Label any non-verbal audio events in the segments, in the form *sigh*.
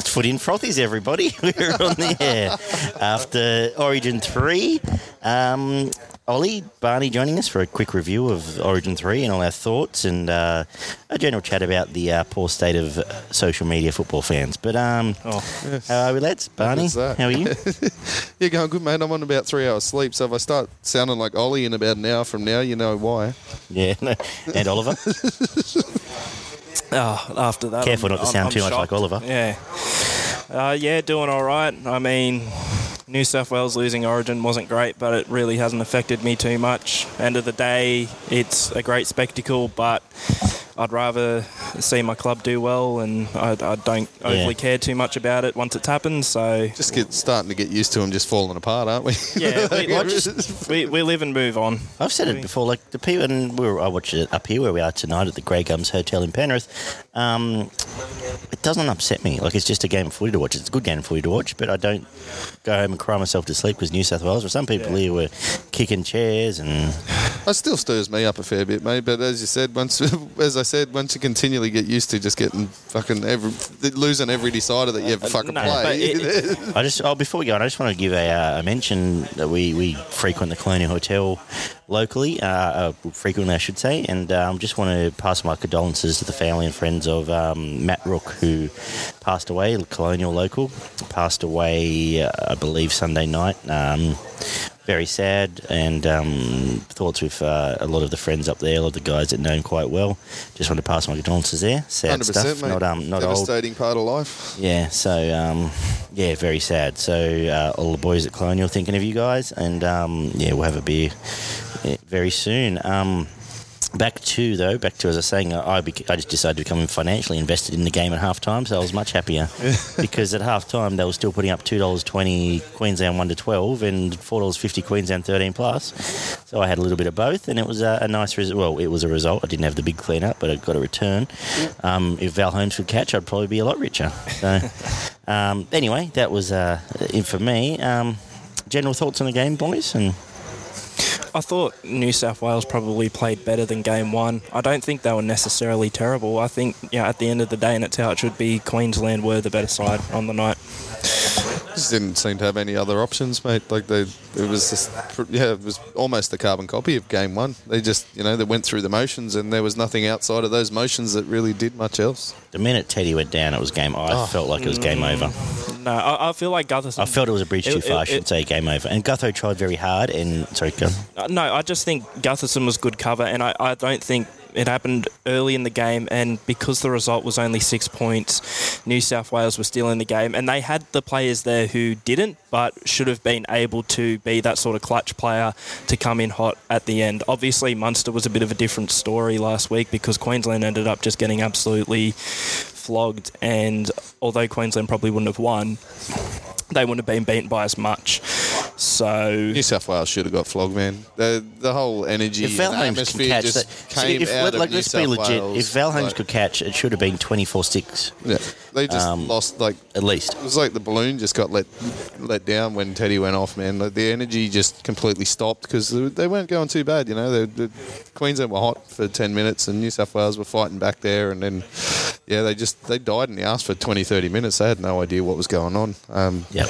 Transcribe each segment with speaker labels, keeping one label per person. Speaker 1: It's Footy and Frothies, everybody. *laughs* We're on the air after Origin 3. Um, Ollie, Barney joining us for a quick review of Origin 3 and all our thoughts and uh, a general chat about the uh, poor state of uh, social media football fans. But um,
Speaker 2: Oh,
Speaker 1: how are we, lads? Barney,
Speaker 3: is that?
Speaker 1: how are
Speaker 2: *laughs*
Speaker 1: you?
Speaker 3: Yeah, going good, mate. I'm on about three hours sleep, so if I start sounding like Ollie in about an hour from now, you know why.
Speaker 1: yeah, no. and
Speaker 2: *laughs*
Speaker 1: Oliver.
Speaker 2: Oh, after that,
Speaker 1: Careful
Speaker 2: I'm-
Speaker 1: not to sound
Speaker 2: I'm-
Speaker 1: too
Speaker 2: I'm
Speaker 1: much like
Speaker 2: shocked.
Speaker 1: Oliver.
Speaker 2: Yeah, uh, yeah, doing all right. I mean, New South Wales losing Origin wasn't great, but it really hasn't affected me too much. End of the day, it's a great spectacle, but I'd rather see my club do well, and I, I don't overly
Speaker 1: Yeah.
Speaker 2: care too much about it once it's happened. So
Speaker 3: Just get starting to get used to him just falling apart, aren't we?
Speaker 2: yeah,
Speaker 3: *laughs*
Speaker 2: *laughs* we, I just- we, we live and move on.
Speaker 1: I've said it before, like the people, and we were, I watched it up here where we are tonight at the Grey Gums Hotel in Penrith. Um, it doesn't upset me. Like it's just a game of footy to watch. It's a good game of footy to watch, but I don't go home and cry myself to sleep because New South Wales or some people here were kicking chairs and
Speaker 3: It still stirs me up a fair bit, mate. But as you said, once *laughs* as I said, once you continually get used to just getting fucking every losing every decider that you ever fucking
Speaker 2: Uh, No, but
Speaker 3: play. *laughs*
Speaker 2: it- it-
Speaker 1: I just oh before we go on, I just want to give a, uh, a mention that we, we frequent the Colonial Hotel locally, uh, uh, frequently I should say, and um, just want to pass my condolences to the family and friends of um, Matt Rook who passed away, Colonial local, passed away uh, I believe Sunday night. Um, very sad and um, thoughts with uh, a lot of the friends up there, a lot of the guys that know him quite well. Just want to pass my condolences there. Sad
Speaker 3: 100%,
Speaker 1: stuff.
Speaker 3: mate.
Speaker 1: Not um, not old.
Speaker 3: Devastating part of life.
Speaker 1: Yeah, so um, yeah, very sad. So uh, all the boys at Colonial thinking of you guys, and um, yeah, we'll have a beer yeah, very soon. Um, back to though, back to as I was saying, I, bec- I just decided to become financially invested in the game at half time, so I was much happier because at half time they were still putting up two dollars twenty Queensland one to twelve and four dollars fifty Queensland thirteen plus. So I had a little bit of both, and it was a, a nice result. Well, it was a result. I didn't have the big clean up, but I got a return. Um, if Val Holmes could catch, I'd probably be a lot richer. So um, anyway, that was uh, it for me. Um, general thoughts on the game, boys, and
Speaker 2: I thought New South Wales probably played better than game one. I don't think they were necessarily terrible. I think, you know, at the end of the day, and it's how it should be, Queensland were the better side on the night.
Speaker 3: Just didn't seem to have any other options, mate. Like they, it was just, pr- yeah, it was almost the carbon copy of game one. They just, you know, they went through the motions, and there was nothing outside of those motions that really did much else.
Speaker 1: the minute Teddy went down, it was game. I felt like it was game over.
Speaker 2: No, I, I feel like Gutherson.
Speaker 1: I felt it was a bridge
Speaker 2: It-
Speaker 1: too far. I
Speaker 2: it-
Speaker 1: should
Speaker 2: it-
Speaker 1: say game over. And Gutho tried very hard. And sorry, go.
Speaker 2: Uh, No, I just think Gutherson was good cover, and I, I don't think it happened early in the game. And because the result was only six points, New South Wales were still in the game, and they had the players there who didn't, but should have been able to be that sort of clutch player to come in hot at the end. Obviously, Munster was a bit of a different story last week because Queensland ended up just getting absolutely flogged, and although Queensland probably wouldn't have won. They wouldn't have been beaten by as much. So
Speaker 3: New South Wales should have got flogged, man. The the whole energy,
Speaker 1: If Val
Speaker 3: and
Speaker 1: Holmes can
Speaker 3: atmosphere
Speaker 1: catch that,
Speaker 3: just
Speaker 1: so
Speaker 3: came
Speaker 1: if,
Speaker 3: out
Speaker 1: let,
Speaker 3: of
Speaker 1: like,
Speaker 3: New
Speaker 1: let's
Speaker 3: South
Speaker 1: be legit.
Speaker 3: Wales.
Speaker 1: if Val Holmes
Speaker 3: Like,
Speaker 1: could catch, it should have been twenty four six
Speaker 3: yeah, they just
Speaker 1: um,
Speaker 3: lost like
Speaker 1: at least.
Speaker 3: It was like the balloon just got let let down when Teddy went off, man. Like the energy just completely stopped because they weren't going too bad, you know. They, the Queensland were hot for ten minutes, and New South Wales were fighting back there, and then yeah, they just they died in the ass for 20, 30 minutes. They had no idea what was going on. Um,
Speaker 1: Yep.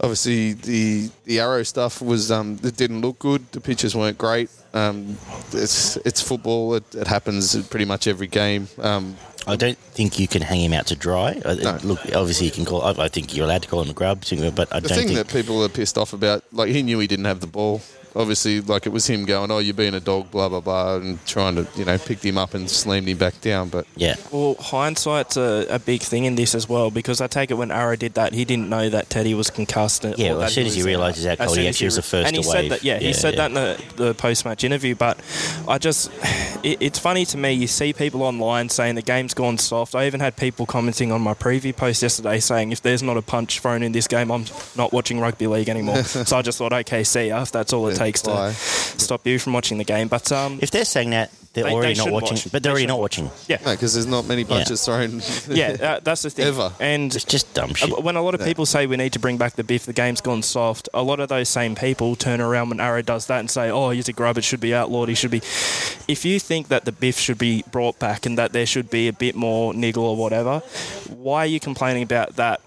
Speaker 3: obviously the the arrow stuff was um it didn't look good the pitches weren't great um it's it's football it, it happens in pretty much every game um
Speaker 1: I don't think you can hang him out to dry. I-
Speaker 3: No.
Speaker 1: Look, obviously you can call. I, I think you're allowed to call him a grub, but I
Speaker 3: the
Speaker 1: don't
Speaker 3: thing
Speaker 1: think.
Speaker 3: that people are pissed off about like he knew he didn't have the ball obviously like it was him going oh you're being a dog blah blah blah and trying to you know picked him up and slammed him back down but
Speaker 1: yeah.
Speaker 2: Well, hindsight's a, a big thing in this as well because I take it when Arrow did that, he didn't know that Teddy was concussed. and-
Speaker 1: Yeah,
Speaker 2: or
Speaker 1: well,
Speaker 2: that
Speaker 1: as soon as he
Speaker 2: was-
Speaker 1: realised he's out
Speaker 2: as
Speaker 1: cold,
Speaker 2: soon
Speaker 1: he
Speaker 2: as
Speaker 1: actually was the first
Speaker 2: And he
Speaker 1: to
Speaker 2: said
Speaker 1: wave.
Speaker 2: that, yeah,
Speaker 1: Yeah,
Speaker 2: he said
Speaker 1: yeah.
Speaker 2: that in the, the post-match interview. But I just, it, it's funny to me. You see people online saying the game's gone soft. I even had people commenting on my preview post yesterday saying if there's not a punch thrown in this game, I'm not watching rugby
Speaker 1: *laughs*
Speaker 2: league anymore. so I just thought, okay, see ya. If that's all it
Speaker 3: Yeah,
Speaker 2: takes to
Speaker 3: bye.
Speaker 2: stop you from watching the game, but um,
Speaker 1: If they're saying that, They're
Speaker 2: They-
Speaker 1: already
Speaker 2: they
Speaker 1: not
Speaker 2: should
Speaker 1: watching,
Speaker 2: watch.
Speaker 1: but they're already
Speaker 2: They should
Speaker 1: not
Speaker 2: watch.
Speaker 1: watching. *laughs*
Speaker 2: Yeah,
Speaker 3: No, because there's not many punches *laughs* thrown.
Speaker 2: yeah, uh, that's the thing.
Speaker 3: Ever.
Speaker 2: And
Speaker 1: It's just dumb shit.
Speaker 2: Uh, When a lot of people say we need to bring back the biff, the game's gone soft. A lot of those same people turn around when Arrow does that and say, "Oh, he's a grub. It should be outlawed. He should be." If you think that the biff should be brought back and that there should be a bit more niggle or whatever, why are you complaining about that?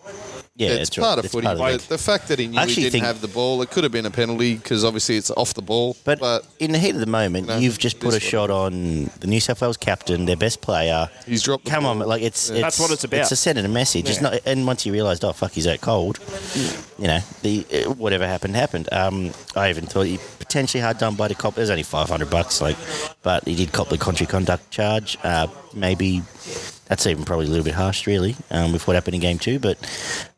Speaker 1: Yeah,
Speaker 3: it's, part
Speaker 1: right.
Speaker 3: of footy.
Speaker 1: the
Speaker 3: but
Speaker 1: game.
Speaker 3: the fact that he knew
Speaker 1: I
Speaker 3: he
Speaker 1: actually
Speaker 3: didn't
Speaker 1: think-
Speaker 3: have the ball, it could have been a penalty because obviously it's off the ball.
Speaker 1: But,
Speaker 3: But,
Speaker 1: in the heat of the moment,
Speaker 3: No,
Speaker 1: you've just put a
Speaker 3: this one.
Speaker 1: shot on the New South Wales captain, their best player.
Speaker 3: he's dropped. the
Speaker 1: Come
Speaker 3: ball.
Speaker 1: on, like it's, it's
Speaker 2: That's what it's about.
Speaker 1: It's a sending a message. It's
Speaker 2: Yeah.
Speaker 1: not, and once you realised, oh fuck, he's out cold. You know, the uh, whatever happened happened. Um, I even thought he potentially hard done by the cop. It was only five hundred bucks, like, but he did cop the contrary conduct charge. Uh, maybe that's even probably a little bit harsh, really, um, with what happened in game two. But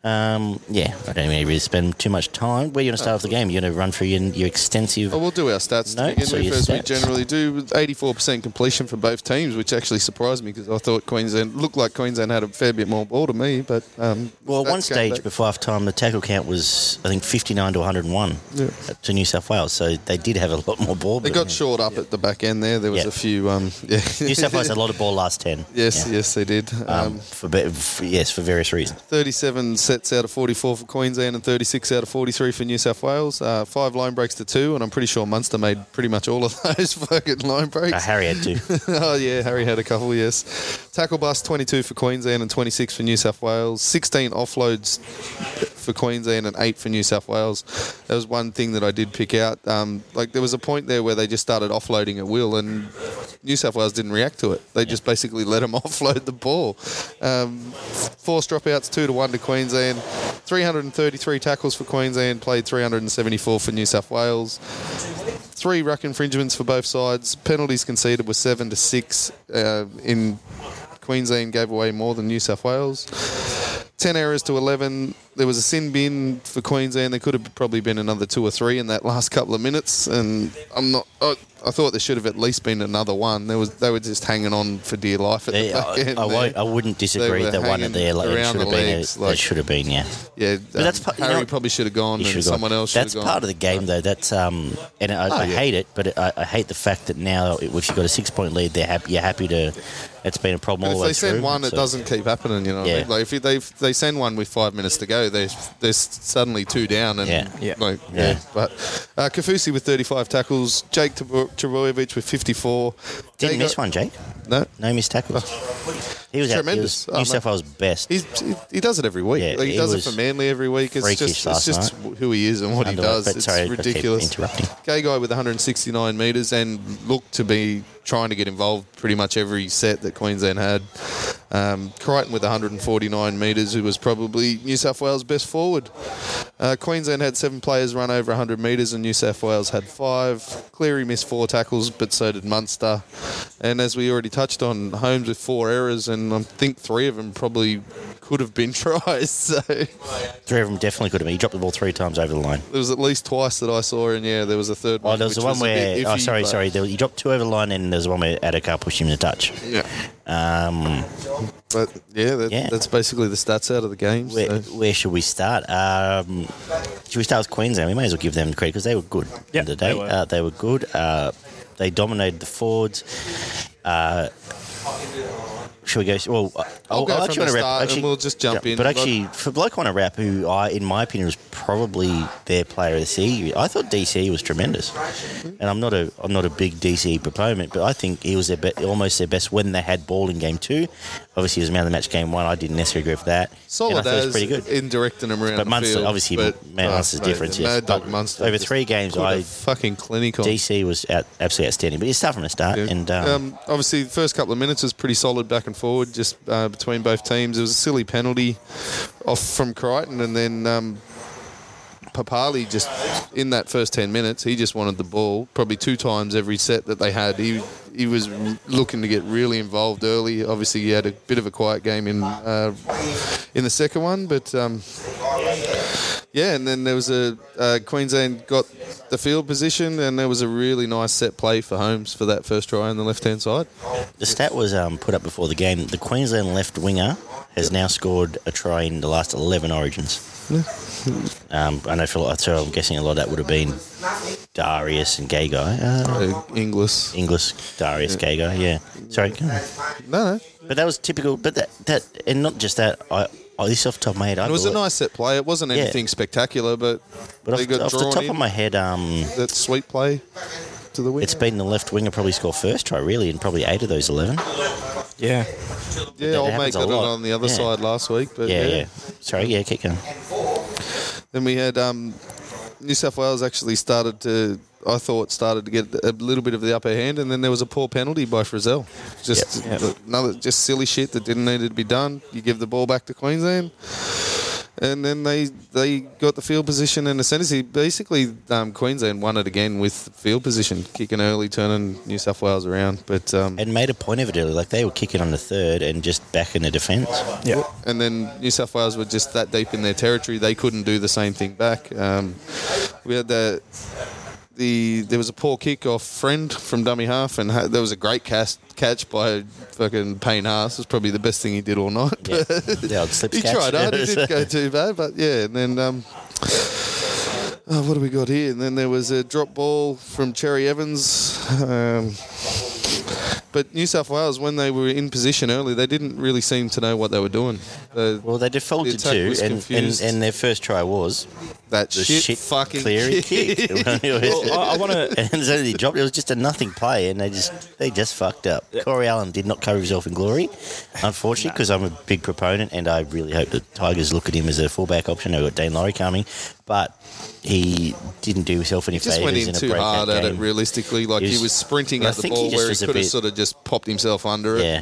Speaker 1: um, yeah, I don't even really spend too much time. Where you want to start off the game? You're going to run through your, your extensive.
Speaker 3: Oh, we'll do our stats
Speaker 1: No,
Speaker 3: to begin
Speaker 1: so
Speaker 3: with,
Speaker 1: your
Speaker 3: as we
Speaker 1: stats.
Speaker 3: generally do. with 84% completion for both teams, which actually surprised me because I thought Queensland looked like Queensland had a fair bit more ball to me. But um,
Speaker 1: Well, at
Speaker 3: stats
Speaker 1: one
Speaker 3: came
Speaker 1: stage
Speaker 3: back.
Speaker 1: before half time, the tackle count was, I think, 59 to 101
Speaker 3: Yeah.
Speaker 1: to New South Wales. So they did have a lot more ball.
Speaker 3: they
Speaker 1: but-
Speaker 3: got short up at the back end there. There was
Speaker 1: Yeah.
Speaker 3: a few. Um, *laughs* yeah.
Speaker 1: New South Wales had a lot of ball last 10.
Speaker 3: yes,
Speaker 1: Yeah.
Speaker 3: yes, they did.
Speaker 1: Um,
Speaker 3: um,
Speaker 1: for, be- for, yes, for various reasons.
Speaker 3: 37 sets out of 44 for Queensland and 36 out of 43 for New South Wales. Uh, five line breaks to two, and I'm pretty sure Munster made pretty much all of *laughs* those fucking line
Speaker 1: Uh,
Speaker 3: breaks.
Speaker 1: Harry
Speaker 3: *laughs*
Speaker 1: had to.
Speaker 3: oh, yeah, Harry had a couple, yes. Tackle bust 22 for Queensland and 26 for New South Wales. 16 offloads for Queensland and eight for New South Wales. That was one thing that I did pick out. Um, like, there was a point there where they just started offloading at will, and New South Wales didn't react to it. They just basically let them *laughs* offload the ball. Um, forced dropouts, two to one to Queensland. 333 tackles for Queensland, played 374 for New South Wales three ruck infringements for both sides. Penalties conceded were seven to six. Uh, in Queensland gave away more than New South Wales. Ten errors to eleven. There was a sin bin for Queensland. There could have probably been another two or three in that last couple of minutes. And I'm not. I, I thought there should have at least been another one. There was. They were just hanging on for dear life at
Speaker 1: They-
Speaker 3: the back
Speaker 1: I,
Speaker 3: end
Speaker 1: I, won't,
Speaker 3: there.
Speaker 1: I wouldn't disagree
Speaker 3: were
Speaker 1: that one at
Speaker 3: hanging
Speaker 1: there like, it
Speaker 3: around
Speaker 1: should have
Speaker 3: the
Speaker 1: been.
Speaker 3: legs,
Speaker 1: a,
Speaker 3: like-
Speaker 1: it should have been, yeah.
Speaker 3: yeah, um,
Speaker 1: that's part- you
Speaker 3: Harry
Speaker 1: know-
Speaker 3: probably should have gone,
Speaker 1: You
Speaker 3: and
Speaker 1: should've
Speaker 3: someone
Speaker 1: gone.
Speaker 3: else should have
Speaker 1: That's
Speaker 3: gone. Oh,
Speaker 1: part of the game, though. That's um, and I, I
Speaker 3: yeah.
Speaker 1: hate it, but it, I, I hate the fact that now if you've got a six-point lead, they're happy. You're happy to. It's been a problem
Speaker 3: But
Speaker 1: all
Speaker 3: if
Speaker 1: the way
Speaker 3: they send
Speaker 1: through,
Speaker 3: one, it
Speaker 1: so-
Speaker 3: doesn't keep happening. You know, what I
Speaker 1: Yeah.
Speaker 3: mean? like if you- they they send one with five minutes to go, they they're s- suddenly two down, and
Speaker 1: Yeah.
Speaker 2: Yeah.
Speaker 3: like
Speaker 1: Yeah.
Speaker 3: yeah. But uh, Kafusi with thirty five tackles, Jake Tabo- Trebojevic with fifty four.
Speaker 1: Didn't miss one, Jake.
Speaker 3: No,
Speaker 1: No missed tackles. He was
Speaker 3: Tremendous.
Speaker 1: tremendous.
Speaker 3: Oh,
Speaker 1: New
Speaker 3: mate.
Speaker 1: South Wales best.
Speaker 3: he's, he, he does it every week.
Speaker 1: Yeah,
Speaker 3: like, he,
Speaker 1: he
Speaker 3: does it
Speaker 1: was
Speaker 3: for Manly every week. It's
Speaker 1: freakish
Speaker 3: just it's
Speaker 1: last
Speaker 3: just who he is and what
Speaker 1: Underway,
Speaker 3: he does.
Speaker 1: but
Speaker 3: It's
Speaker 1: sorry, I keep
Speaker 3: ridiculous.
Speaker 1: interrupting.
Speaker 3: Gay guy with 169 metres and looked to be trying to get involved pretty much every set that Queensland had. Um, Crichton with 149 metres, who was probably New South Wales' best forward. Uh, Queensland had seven players run over 100 metres and New South Wales had five. Cleary missed four tackles, but so did Munster. And as we already touched on, Holmes with four errors, and I think three of them probably could have been *laughs* tries. So.
Speaker 1: Three of them definitely could have been. He dropped the ball three times over the line.
Speaker 3: There was at least twice that I saw, and yeah, there was a third one.
Speaker 1: Oh, there was
Speaker 3: which
Speaker 1: the one
Speaker 3: a
Speaker 1: where.
Speaker 3: bit
Speaker 1: oh,
Speaker 3: iffy,
Speaker 1: sorry,
Speaker 3: but-
Speaker 1: sorry. There, he dropped two over the line, and there was one where Adakar pushed him to touch.
Speaker 3: Yeah,
Speaker 1: Um,
Speaker 3: but yeah, that,
Speaker 1: Yeah.
Speaker 3: that's basically the stats out of the game.
Speaker 1: where,
Speaker 3: so.
Speaker 1: where should we start? Um, should we start with Queensland? We may as well give them credit because they were good.
Speaker 2: Yeah,
Speaker 1: the day.
Speaker 2: they were.
Speaker 1: Uh, they were good. Uh, they dominated the forwards. Uh, should we go? Well, I-
Speaker 3: I'll go
Speaker 1: I
Speaker 3: from
Speaker 1: actually
Speaker 3: the
Speaker 1: want to wrap.
Speaker 3: start and
Speaker 1: actually,
Speaker 3: we'll just jump in.
Speaker 1: But actually, for a bloke on a wrap, who I, in my opinion, was probably their player of the season. I thought DCE was tremendous, and I'm not a I'm not a big DCE proponent, but I think he was their be- almost their best when they had ball in game two. Obviously, he was man of the match game one. I didn't necessarily agree with that. and I
Speaker 3: Solid
Speaker 1: thought he
Speaker 3: as
Speaker 1: was pretty good.
Speaker 3: in directing them around.
Speaker 1: But
Speaker 3: the
Speaker 1: Munster,
Speaker 3: field,
Speaker 1: obviously,
Speaker 3: but,
Speaker 1: man, Munster's
Speaker 3: mate,
Speaker 1: different,
Speaker 3: the
Speaker 1: yes.
Speaker 3: Mad Dog
Speaker 1: But
Speaker 3: Munster
Speaker 1: over
Speaker 3: just
Speaker 1: three games,
Speaker 3: put a
Speaker 1: I-
Speaker 3: fucking clinical.
Speaker 1: DC was out, absolutely outstanding, but you start from the start,
Speaker 3: Yeah.
Speaker 1: and um,
Speaker 3: um, obviously, the first couple of minutes was pretty solid back and forward, just uh, between both teams. It was a silly penalty off from Crichton, and then um, Papali just in that first ten minutes, he just wanted the ball probably two times every set that they had. He he was looking to get really involved early. Obviously, he had a bit of a quiet game in uh, in the second one, but. Um, yeah, and then there was a uh, Queensland got the field position, and there was a really nice set play for Holmes for that first try on the left hand side.
Speaker 1: the stat was um, put up before the game. The Queensland left winger has now scored a try in the last 11 Origins. um, I know for a lot, so I'm guessing a lot of that would have been Darius and Gay Guy. Uh,
Speaker 3: Uh, Inglis.
Speaker 1: English Darius Gay Guy, yeah. Sorry, go on.
Speaker 3: No, no.
Speaker 1: But that was typical. But that that and not just that. I, I this off the top of my head. I
Speaker 3: It was a
Speaker 1: believe-
Speaker 3: nice set play. It wasn't
Speaker 1: Yeah.
Speaker 3: anything spectacular, but,
Speaker 1: But
Speaker 3: they
Speaker 1: off,
Speaker 3: got
Speaker 1: off the
Speaker 3: drawn
Speaker 1: top
Speaker 3: in.
Speaker 1: of my head, um,
Speaker 3: that sweet play to the wing.
Speaker 1: it's been the left winger probably score first try really, and probably eight of those eleven.
Speaker 3: yeah,
Speaker 2: Yeah.
Speaker 1: that
Speaker 3: I'll make
Speaker 1: happens a
Speaker 3: that
Speaker 1: lot.
Speaker 3: on the other
Speaker 1: Yeah.
Speaker 3: side last week. But
Speaker 1: Yeah,
Speaker 3: yeah.
Speaker 1: yeah. Sorry, yeah, keep going.
Speaker 3: Then we had um, New South Wales actually started to, I thought, started to get a little bit of the upper hand, and then there was a poor penalty by Frizzell. Just
Speaker 2: Yep.
Speaker 3: another just silly shit that didn't need to be done. You give the ball back to Queensland, and then they they got the field position and ascendancy. Basically, um, Queensland won it again with field position, kicking early, turning New South Wales around. But um,
Speaker 1: And made a point of it early. Like they were kicking on the third and just back in the defence.
Speaker 2: Yeah.
Speaker 3: and then New South Wales were just that deep in their territory. They couldn't do the same thing back. Um, we had the the there was a poor kick off friend from dummy half, and ha- there was a great cast, catch by fucking Payne Haas. It was probably the best thing he did all night. *laughs*
Speaker 1: Yeah, yeah old slip
Speaker 3: he
Speaker 1: catch.
Speaker 3: tried hard. He didn't go too bad, but yeah. And then um, oh, what do we got here? And then there was a drop ball from Cherry Evans. Um, but New South Wales, when they were in position early, they didn't really seem to know what they were doing. Uh,
Speaker 1: *laughs* Well, they defaulted
Speaker 3: The attack
Speaker 1: to,
Speaker 3: was
Speaker 1: and, and
Speaker 3: confused.
Speaker 1: and their first try was
Speaker 3: that
Speaker 1: the
Speaker 3: shit,
Speaker 1: shit,
Speaker 3: fucking *laughs*
Speaker 1: Cleary
Speaker 3: kick.
Speaker 1: kick. *laughs* It
Speaker 3: *laughs*
Speaker 1: was-
Speaker 2: Well, I, I want to.
Speaker 1: *laughs* and so he dropped. It was just a nothing play, and they just they just fucked up. Corey Allen did not cover himself in glory, unfortunately, because I'm a big proponent, and I really hope the Tigers look at him as a fullback option. They've got Dane Laurie coming, but he didn't do himself any
Speaker 3: Just
Speaker 1: favors
Speaker 3: went in
Speaker 1: in a
Speaker 3: too
Speaker 1: breakout
Speaker 3: hard at it.
Speaker 1: game.
Speaker 3: Realistically, like
Speaker 1: He
Speaker 3: he
Speaker 1: was-
Speaker 3: was, sprinting
Speaker 1: I
Speaker 3: at the
Speaker 1: think he
Speaker 3: ball
Speaker 1: just
Speaker 3: where he
Speaker 1: was a
Speaker 3: could have
Speaker 1: bit-
Speaker 3: sort of just popped himself under it.
Speaker 1: Yeah,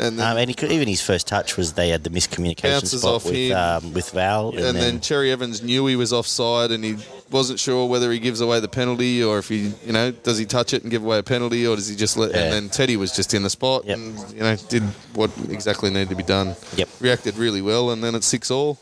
Speaker 3: And then,
Speaker 1: um, and he could, even his first touch was they had the miscommunication
Speaker 3: Bounces
Speaker 1: spot
Speaker 3: off
Speaker 1: with
Speaker 3: him.
Speaker 1: um, with Val, and,
Speaker 3: and then Cherry Evans knew he was offside, and he wasn't sure whether he gives away the penalty or if he, you know, does he touch it and give away a penalty or does he just let?
Speaker 1: Yeah.
Speaker 3: And then Teddy was just in the spot,
Speaker 1: Yep.
Speaker 3: and you know, did what exactly needed to be done.
Speaker 1: Yep.
Speaker 3: Reacted really well, and then it's six all.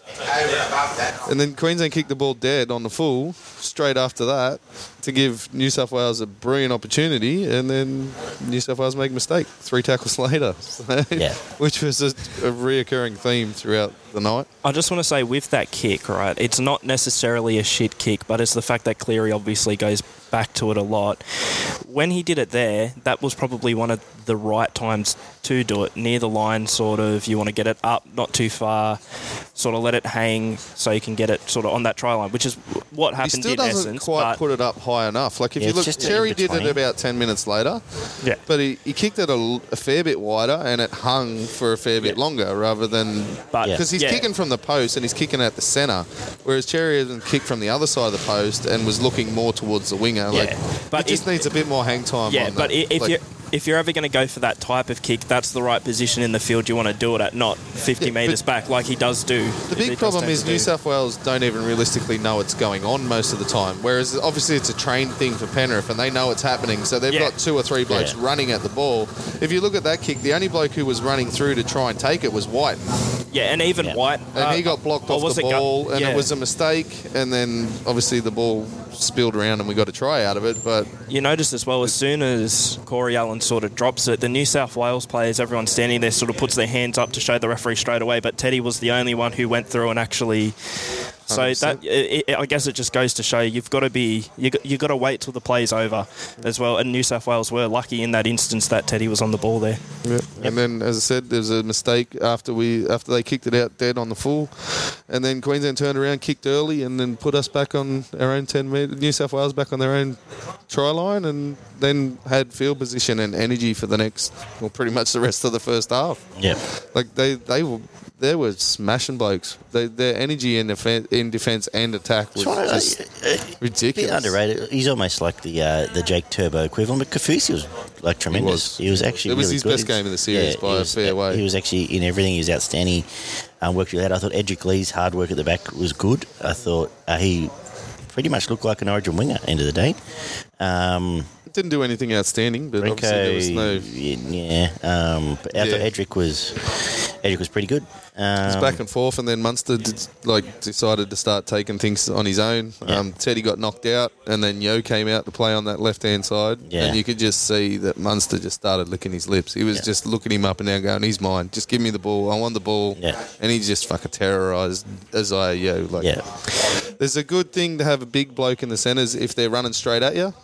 Speaker 3: And then Queensland kicked the ball dead on the full straight after that to give New South Wales a brilliant opportunity, and then New South Wales make a mistake three tackles *laughs* later, So-
Speaker 1: Yeah.
Speaker 3: *laughs* which was a, a reoccurring theme throughout the night.
Speaker 2: I just want to say with that kick, right? It's not necessarily a shit kick, but it's the fact that Cleary obviously goes back to it a lot. When he did it there, that was probably one of the right times to do it near the line, sort of. You want to get it up, not too far, sort of let it hang so you can get it sort of on that try line, which is what
Speaker 3: He
Speaker 2: happened
Speaker 3: still
Speaker 2: in
Speaker 3: doesn't
Speaker 2: essence.
Speaker 3: quite
Speaker 2: but-
Speaker 3: put it up high enough. Like if
Speaker 1: Yeah,
Speaker 3: you
Speaker 1: it's
Speaker 3: look,
Speaker 1: just
Speaker 3: Cherry
Speaker 1: in
Speaker 3: did it
Speaker 1: between.
Speaker 3: about ten minutes later,
Speaker 2: yeah.
Speaker 3: but he, he kicked it a, l- a fair bit wider and it hung for a fair bit longer rather than
Speaker 2: But- Yeah.
Speaker 3: because he's
Speaker 2: Yeah.
Speaker 3: kicking from the post and he's kicking at the centre, whereas Cherry Evans kicked from the other side of the post and was looking more towards the winger. Like,
Speaker 2: But
Speaker 3: it just
Speaker 2: if-
Speaker 3: needs a bit more hang time.
Speaker 2: Yeah,
Speaker 3: on that.
Speaker 2: but i if
Speaker 3: Like,
Speaker 2: you're if you're ever going to go for that type of kick, that's the right position in the field you want to do it at, not 50
Speaker 3: Yeah, but-
Speaker 2: metres back like he does do.
Speaker 3: The big problem is New South Wales don't even realistically know it's going on most of the time. Whereas obviously it's a trained thing for Penrith and they know it's happening. So they've
Speaker 2: Yeah.
Speaker 3: got two or three blokes
Speaker 1: Yeah.
Speaker 3: running at the ball. If you look at that kick, the only bloke who was running through to try and take it was White.
Speaker 2: Yeah, and even
Speaker 1: Yeah.
Speaker 2: White. uh,
Speaker 3: And he got blocked
Speaker 2: or
Speaker 3: off
Speaker 2: was
Speaker 3: the
Speaker 2: it Gu-
Speaker 3: ball and
Speaker 2: yeah.
Speaker 3: it was a mistake. And then obviously the ball spilled around and we got a try out of it. But
Speaker 2: You notice as well, as soon as Corey Allen sort of drops it, the New South Wales players, everyone standing there, sort of puts their hands up to show the referee straight away. But Teddy was the only one who went through and actually. So
Speaker 3: 100%.
Speaker 2: that it, it, I guess it just goes to show you've got to be you got, you've got to wait till the play's over as well. And New South Wales were lucky in that instance that Teddy was on the ball there.
Speaker 3: And then, as I said, there was a mistake after we after they kicked it out dead on the full, and then Queensland turned around, kicked early, and then put us back on our own ten meter. New South Wales back on their own try line, and then had field position and energy for the next, well, pretty much the rest of the first half.
Speaker 1: yeah.
Speaker 3: Like they they were they were smashing blokes. They, their energy in defense, in defense and attack was
Speaker 1: It's one of those-
Speaker 3: just
Speaker 1: uh, bit
Speaker 3: ridiculous.
Speaker 1: underrated. He's almost like the uh, the Jake Turbo equivalent, but Kafusi was like tremendous.
Speaker 3: was.
Speaker 1: He was, actually
Speaker 3: It was
Speaker 1: really
Speaker 3: his
Speaker 1: good.
Speaker 3: best game of the series by
Speaker 1: he
Speaker 3: a
Speaker 1: was,
Speaker 3: fair way.
Speaker 1: He was actually in everything. He was outstanding. Um, worked really hard. I thought Edric Lee's hard work at the back was good. I thought uh, he pretty much looked like an Origin winger. End of the day, um,
Speaker 3: Didn't do anything outstanding, but obviously there was
Speaker 1: Brinko,
Speaker 3: no
Speaker 1: yeah. Um, but I
Speaker 3: Yeah.
Speaker 1: thought Edric was Edric was pretty good. Um,
Speaker 3: It's back and forth, and then Munster did, like decided to start taking things on his own.
Speaker 1: Yeah.
Speaker 3: Um, Teddy got knocked out, and then Yo came out to play on that left hand side,
Speaker 1: Yeah.
Speaker 3: and you could just see that Munster just started licking his lips. He was
Speaker 1: Yeah.
Speaker 3: just looking him up and down, going, "He's mine. Just give me the ball. I want the ball."
Speaker 1: Yeah.
Speaker 3: And he just fucking terrorized Isaiah Yo. Like,
Speaker 1: yeah,
Speaker 3: there's a good thing to have a big bloke in the centres if they're running straight at you.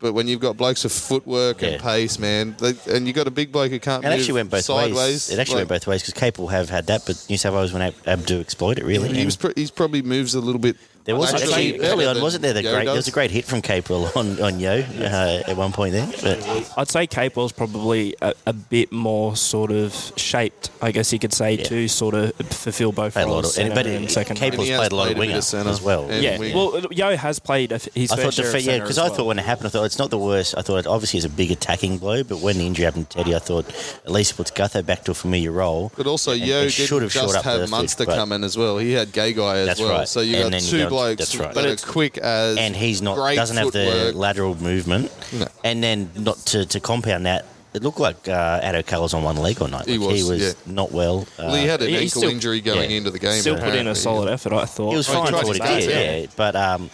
Speaker 3: But when you've got blokes with footwork
Speaker 1: Yeah.
Speaker 3: and pace, man, they, and you've got a big bloke who can't
Speaker 1: it
Speaker 3: move
Speaker 1: actually went both
Speaker 3: sideways,
Speaker 1: ways. It actually
Speaker 3: like-
Speaker 1: went both ways because Capel have had that, but New South Wales went ab- ab to exploit it really.
Speaker 3: He
Speaker 1: And
Speaker 3: was pr- he's probably moves a little bit.
Speaker 1: there was
Speaker 3: laterally
Speaker 1: actually,
Speaker 3: better
Speaker 1: early on,
Speaker 3: than
Speaker 1: wasn't there? The
Speaker 3: Yo
Speaker 1: great, there
Speaker 3: does.
Speaker 1: was a great hit from Capel on on Yo uh, at one point there. But
Speaker 2: I'd say Capewell's probably a, a bit more sort of shaped, I guess you could say,
Speaker 1: Yeah.
Speaker 2: to sort of fulfill both
Speaker 1: Played a lot
Speaker 2: roles.
Speaker 1: of- and- but
Speaker 2: centre and
Speaker 1: it-
Speaker 2: second
Speaker 1: Capewell's
Speaker 2: row.
Speaker 3: And he has
Speaker 1: played a lot of
Speaker 3: played a bit
Speaker 1: winger
Speaker 3: of centre
Speaker 1: as well.
Speaker 3: and
Speaker 2: Yeah,
Speaker 3: winger.
Speaker 2: well, Yo has played a, his
Speaker 1: I
Speaker 2: fair
Speaker 1: thought the
Speaker 2: share
Speaker 1: fe-
Speaker 2: of
Speaker 1: yeah,
Speaker 2: centre
Speaker 1: because
Speaker 2: as
Speaker 1: I
Speaker 2: well.
Speaker 1: thought when it happened, I thought it's not the worst. I thought obviously it's a big attacking blow, but when the injury happened to Teddy, I thought at least it puts Gutho back to a familiar role.
Speaker 3: But also,
Speaker 1: And
Speaker 3: Yo
Speaker 1: they
Speaker 3: didn't
Speaker 1: should have shored
Speaker 3: just
Speaker 1: up the
Speaker 3: have
Speaker 1: left
Speaker 3: Munster
Speaker 1: foot, but-
Speaker 3: come in as well. He had Gay Guy as
Speaker 1: That's
Speaker 3: well.
Speaker 1: right.
Speaker 3: So you
Speaker 1: And
Speaker 3: got
Speaker 1: then you
Speaker 3: two
Speaker 1: got-
Speaker 3: blokes
Speaker 1: that's right.
Speaker 3: that
Speaker 1: But
Speaker 3: are
Speaker 1: it's-
Speaker 3: quick as
Speaker 1: and he's not
Speaker 3: great
Speaker 1: doesn't have the
Speaker 3: footwork.
Speaker 1: lateral movement.
Speaker 3: No.
Speaker 1: And then not to, to compound that, it looked like uh, Addo Carr was on one leg all night.
Speaker 3: He
Speaker 1: Like,
Speaker 3: was, yeah.
Speaker 1: not well.
Speaker 3: Well, he
Speaker 1: Uh,
Speaker 3: had an
Speaker 2: he- he
Speaker 3: ankle
Speaker 2: still-
Speaker 3: injury going
Speaker 1: yeah.
Speaker 3: into the game.
Speaker 2: Still put in
Speaker 3: apparently.
Speaker 2: a solid effort, I thought.
Speaker 1: he was
Speaker 3: Oh, he
Speaker 1: fine
Speaker 3: tried
Speaker 1: for what
Speaker 3: his
Speaker 1: he
Speaker 3: best,
Speaker 1: did,
Speaker 3: yeah.
Speaker 1: yeah. But um,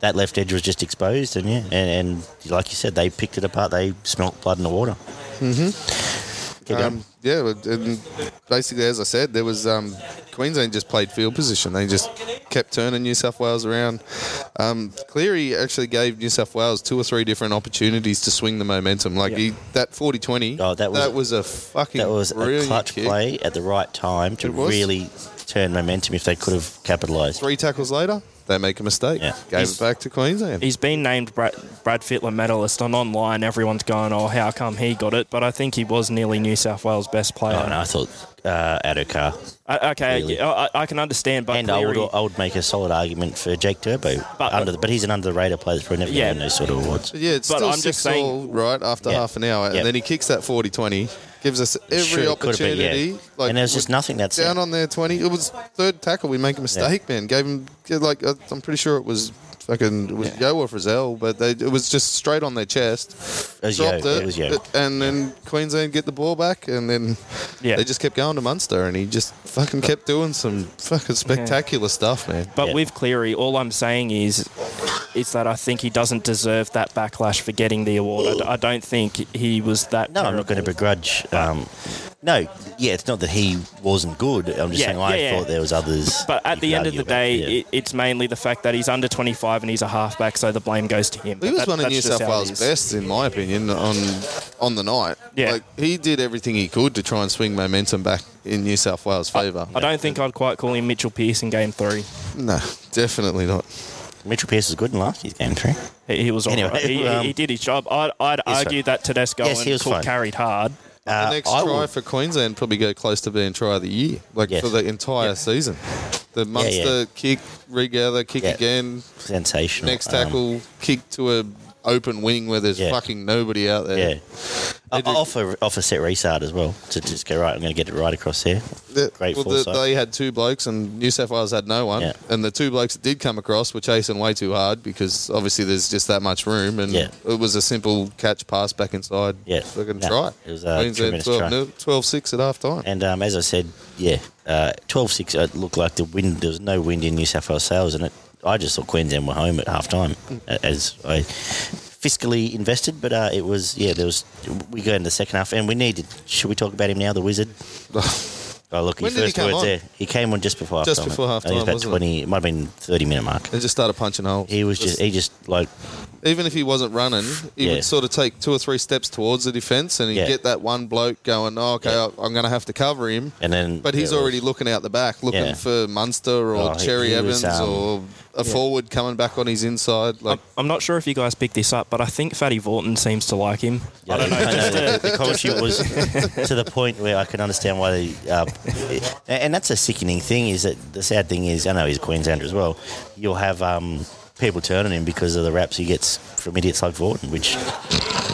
Speaker 1: that left edge was just exposed, and yeah, and, and like you said, they picked it apart. They smelt blood in the water. Mm-hmm.
Speaker 3: Um, yeah, but- and basically, as I said, there was um, Queensland just played field position. They just kept turning New South Wales around. Um, Cleary actually gave New South Wales two or three different opportunities to swing the momentum. Like
Speaker 2: Yeah.
Speaker 3: he, that 40-20,
Speaker 1: Oh, that was-
Speaker 3: a fucking
Speaker 1: that was a
Speaker 3: brilliant
Speaker 1: clutch
Speaker 3: kick.
Speaker 1: play at the right time to
Speaker 3: It was.
Speaker 1: really turn momentum if they could have capitalised.
Speaker 3: Three tackles later, they make a mistake.
Speaker 1: Yeah.
Speaker 3: Gave
Speaker 2: He's-
Speaker 3: it back to Queensland.
Speaker 2: He's been named Brad, Brad Fittler medalist, and online everyone's going, oh, how come he got it? But I think he was nearly New South Wales best player.
Speaker 1: Oh, and I thought uh, Addo Carr.
Speaker 2: I, okay,
Speaker 1: Really?
Speaker 2: yeah, I, I can understand, but
Speaker 1: and I
Speaker 2: Cleary,
Speaker 1: would, I would make a solid argument for Jake Turbo,
Speaker 2: But-
Speaker 1: but, under the, but he's an under the radar player that's probably never
Speaker 2: Yeah.
Speaker 1: going to win those sort of awards.
Speaker 3: Yeah, it's
Speaker 2: But
Speaker 3: still
Speaker 2: I'm just
Speaker 3: six
Speaker 2: saying-
Speaker 3: all right after
Speaker 1: Yeah.
Speaker 3: half an hour, and
Speaker 1: Yeah.
Speaker 3: then he kicks that 40-20, gives us every
Speaker 1: Sure, it could have been,
Speaker 3: opportunity.
Speaker 1: yeah.
Speaker 3: Like
Speaker 1: and there's just
Speaker 3: with-
Speaker 1: nothing that's
Speaker 3: down on their 20. It was third tackle. We make a mistake, man. Gave him, like, uh, I'm pretty sure it was fucking, it was Yo or Frizzell, but they, it was just straight on their chest.
Speaker 1: It was
Speaker 3: Dropped
Speaker 1: Yo,
Speaker 3: it.
Speaker 1: it was Yo.
Speaker 3: and then Queensland get the ball back, and then
Speaker 2: Yeah.
Speaker 3: they just kept going to Munster, and he just fucking kept doing some fucking spectacular stuff, man.
Speaker 2: But
Speaker 1: Yeah.
Speaker 2: with Cleary, all I'm saying is, is that I think he doesn't deserve that backlash for getting the award. I d- I, don't think he was that.
Speaker 1: No, I'm not going to
Speaker 2: terrible.
Speaker 1: begrudge. Um, no, yeah, it's not that he wasn't good. I'm just
Speaker 2: Yeah,
Speaker 1: saying I
Speaker 2: yeah, yeah.
Speaker 1: thought there was others.
Speaker 2: But at
Speaker 1: you
Speaker 2: the
Speaker 1: could
Speaker 2: end of
Speaker 1: argue
Speaker 2: the
Speaker 1: about.
Speaker 2: day,
Speaker 1: Yeah.
Speaker 2: it, it's mainly the fact that he's under 25 and he's a halfback, so the blame goes to him.
Speaker 3: He
Speaker 2: But
Speaker 3: was
Speaker 2: that-
Speaker 3: one of
Speaker 2: that's
Speaker 3: New
Speaker 2: just
Speaker 3: South
Speaker 2: how it
Speaker 3: Wales
Speaker 2: is.
Speaker 3: best, in my opinion, on on the night.
Speaker 2: Yeah.
Speaker 3: Like, he did everything he could to try and swing momentum back in New South Wales' favour.
Speaker 2: I don't think I'd quite call him Mitchell Pearce in Game Three.
Speaker 3: No, definitely not.
Speaker 1: Mitchell Pearce was good in last year's game three.
Speaker 2: He, he was all
Speaker 1: Anyway,
Speaker 2: right. He, he-
Speaker 1: um,
Speaker 2: he did his job. I'd, I'd
Speaker 1: Yes,
Speaker 2: argue
Speaker 1: sir.
Speaker 2: that Tedesco
Speaker 1: Yes, he
Speaker 2: and
Speaker 1: was
Speaker 2: Cook
Speaker 1: fine.
Speaker 2: carried hard.
Speaker 1: Uh,
Speaker 3: the next
Speaker 1: I
Speaker 3: try
Speaker 1: will-
Speaker 3: for Queensland probably go close to being try of the year, like
Speaker 1: Yes.
Speaker 3: for the entire season. The Munster
Speaker 1: yeah.
Speaker 3: kick, regather, kick
Speaker 1: Yeah.
Speaker 3: again,
Speaker 1: sensational.
Speaker 3: next
Speaker 1: Um,
Speaker 3: tackle, kick to a open wing where there's
Speaker 1: Yeah.
Speaker 3: fucking nobody out there.
Speaker 1: yeah. Uh, I,
Speaker 3: They
Speaker 1: I
Speaker 3: did-
Speaker 1: offer offer set restart as well to just go right. I'm going to get it right across here.
Speaker 3: The-
Speaker 1: Great
Speaker 3: well, the,
Speaker 1: foresight.
Speaker 3: they had two blokes, and New South Wales had no one.
Speaker 1: Yeah.
Speaker 3: And the two blokes that did come across were chasing way too hard because obviously there's just that much room, and
Speaker 1: Yeah.
Speaker 3: it was a simple catch pass back inside.
Speaker 1: Yeah.
Speaker 3: fucking
Speaker 1: No,
Speaker 3: try.
Speaker 1: it was a
Speaker 3: Queensland
Speaker 1: tremendous try.
Speaker 3: 12, 12-6 at half time.
Speaker 1: And um, as I said, yeah, uh, 12-6, it looked like the wind, there was no wind in New South Wales sales, and it, I just thought Queensland were home at half time a- as I fiscally invested, but uh, it was, yeah, there was, we go into the second half, and we needed, should we talk about him now, the
Speaker 3: *laughs*
Speaker 1: Wizard? Oh, look,
Speaker 3: When
Speaker 1: his
Speaker 3: did he
Speaker 1: first
Speaker 3: come
Speaker 1: words
Speaker 3: on?
Speaker 1: there. He came on just before half
Speaker 3: Just
Speaker 1: time.
Speaker 3: before half
Speaker 1: It was
Speaker 3: time,
Speaker 1: about
Speaker 3: wasn't it?
Speaker 1: 20, it might have been 30 minute mark.
Speaker 3: They just started punching holes.
Speaker 1: He was just, he just like,
Speaker 3: even if he wasn't running, he
Speaker 1: Yeah.
Speaker 3: would sort of take two or three steps towards the defence and he'd
Speaker 1: Yeah.
Speaker 3: get that one bloke going, oh, okay,
Speaker 1: Yeah.
Speaker 3: I- I'm going to have to cover him.
Speaker 1: and then.
Speaker 3: But he's
Speaker 1: yeah, it was-
Speaker 3: already looking out the back, looking
Speaker 1: Yeah.
Speaker 3: for Munster or
Speaker 1: Oh, he-
Speaker 3: Cherry
Speaker 1: he
Speaker 3: Evans
Speaker 1: was, um,
Speaker 3: or a forward coming back on his inside. Like,
Speaker 2: I'm, I'm not sure if you guys picked this up, but I think Fatty Vorton seems to like him.
Speaker 1: Yeah,
Speaker 2: I don't know. just
Speaker 1: the, uh, the commentary was to the point where I can understand why they. Uh, and and that's a sickening thing. Is that the sad thing is I know he's a Queenslander as well. You'll have um, people turn on him because of the raps he gets from idiots like Vorton, which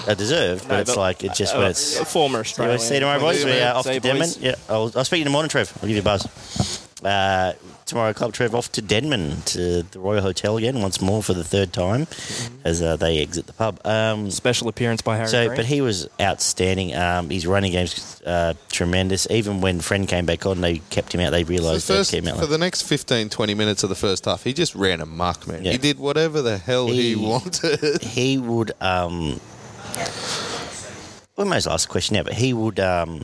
Speaker 1: are deserved. But
Speaker 2: No,
Speaker 1: it's
Speaker 2: but-
Speaker 1: like it's just
Speaker 2: uh,
Speaker 1: when it's.
Speaker 2: former
Speaker 1: Anyway,
Speaker 2: Australian.
Speaker 1: see you tomorrow, boys.
Speaker 3: See you,
Speaker 1: We
Speaker 3: mate.
Speaker 1: are off
Speaker 2: See
Speaker 1: to
Speaker 2: you, boys.
Speaker 1: Denman. Yeah, I'll, I'll speak to you in the morning, Trev. I'll give you a buzz. Uh, tomorrow, Club Trev off to Denman to the Royal Hotel again once more for the third time
Speaker 2: Mm-hmm.
Speaker 1: as uh, they exit the pub. Um,
Speaker 2: Special appearance by Harry.
Speaker 1: so,
Speaker 2: Green.
Speaker 1: but he was outstanding. Um, his running game's uh, tremendous. Even when Friend came back on, they kept him out. They
Speaker 3: The
Speaker 1: realised they
Speaker 3: first,
Speaker 1: came out.
Speaker 3: for
Speaker 1: Like,
Speaker 3: the next 15, 20 minutes of the first half, he just ran amok, man.
Speaker 1: Yeah.
Speaker 3: He did whatever the hell he,
Speaker 1: He-
Speaker 3: wanted. *laughs*
Speaker 1: he would. Um, almost last question now, but he would. Um,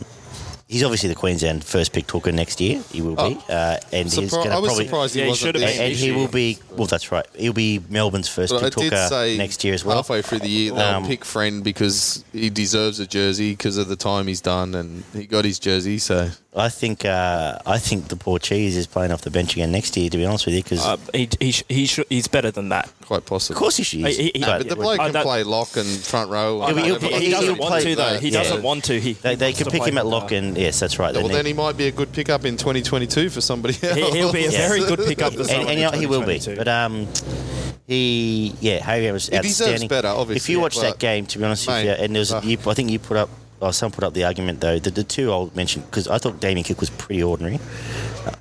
Speaker 1: he's obviously the Queensland first pick hooker next year. He will be, uh, and he's
Speaker 3: Oh, Surpri-
Speaker 1: going
Speaker 3: I
Speaker 1: to
Speaker 3: was
Speaker 1: probably.
Speaker 3: surprised he
Speaker 2: Yeah, he
Speaker 3: wasn't.
Speaker 2: should've
Speaker 3: there.
Speaker 2: been.
Speaker 1: And he
Speaker 2: issue.
Speaker 1: will be. Well, that's right. He'll be Melbourne's first
Speaker 3: But I
Speaker 1: pick
Speaker 3: did
Speaker 1: hooker
Speaker 3: say
Speaker 1: uh, next year as well.
Speaker 3: Halfway through the year, they'll
Speaker 1: Um,
Speaker 3: pick Friend because he deserves a jersey because of the time he's done and he got his jersey. So
Speaker 1: I think. Uh, I think the Portuguese is playing off the bench again next year. To be honest with you, because
Speaker 2: Uh, he, he, sh- he sh- he's better than that.
Speaker 3: quite possible.
Speaker 1: of course he should.
Speaker 2: He- he- he-
Speaker 1: but
Speaker 3: but the
Speaker 2: Yeah,
Speaker 3: bloke
Speaker 2: I
Speaker 3: can
Speaker 2: don't-
Speaker 3: play lock and front row.
Speaker 1: He'll
Speaker 3: and
Speaker 1: be- he'll
Speaker 3: whatever.
Speaker 1: be-
Speaker 2: He,
Speaker 1: he
Speaker 2: doesn't
Speaker 1: doesn't
Speaker 2: want
Speaker 1: play
Speaker 2: to though. He
Speaker 1: that.
Speaker 2: doesn't
Speaker 1: Yeah.
Speaker 2: want to. He
Speaker 1: They, they
Speaker 2: wants
Speaker 1: can
Speaker 2: to
Speaker 1: pick
Speaker 2: play
Speaker 1: him at
Speaker 2: with
Speaker 1: lock
Speaker 2: that.
Speaker 1: and yes, that's right.
Speaker 3: Well,
Speaker 1: They
Speaker 3: then
Speaker 1: need-
Speaker 3: he might be a good pickup in 2022 for somebody else.
Speaker 2: He,
Speaker 1: *laughs*
Speaker 2: he'll be a
Speaker 1: Yeah.
Speaker 2: very good pickup. for
Speaker 1: and, and
Speaker 2: someone
Speaker 1: you know,
Speaker 2: in
Speaker 1: he will be,
Speaker 2: 2022.
Speaker 1: but um, he yeah, Harry was
Speaker 3: He deserves
Speaker 1: outstanding.
Speaker 3: better, obviously,
Speaker 1: if you watch
Speaker 3: but-
Speaker 1: that game, to be honest, with
Speaker 3: Mate,
Speaker 1: you, and there was
Speaker 3: uh,
Speaker 1: you, I think you put up. Oh, some put up the argument though that the two I'll mention because I thought Damien Cook was pretty ordinary.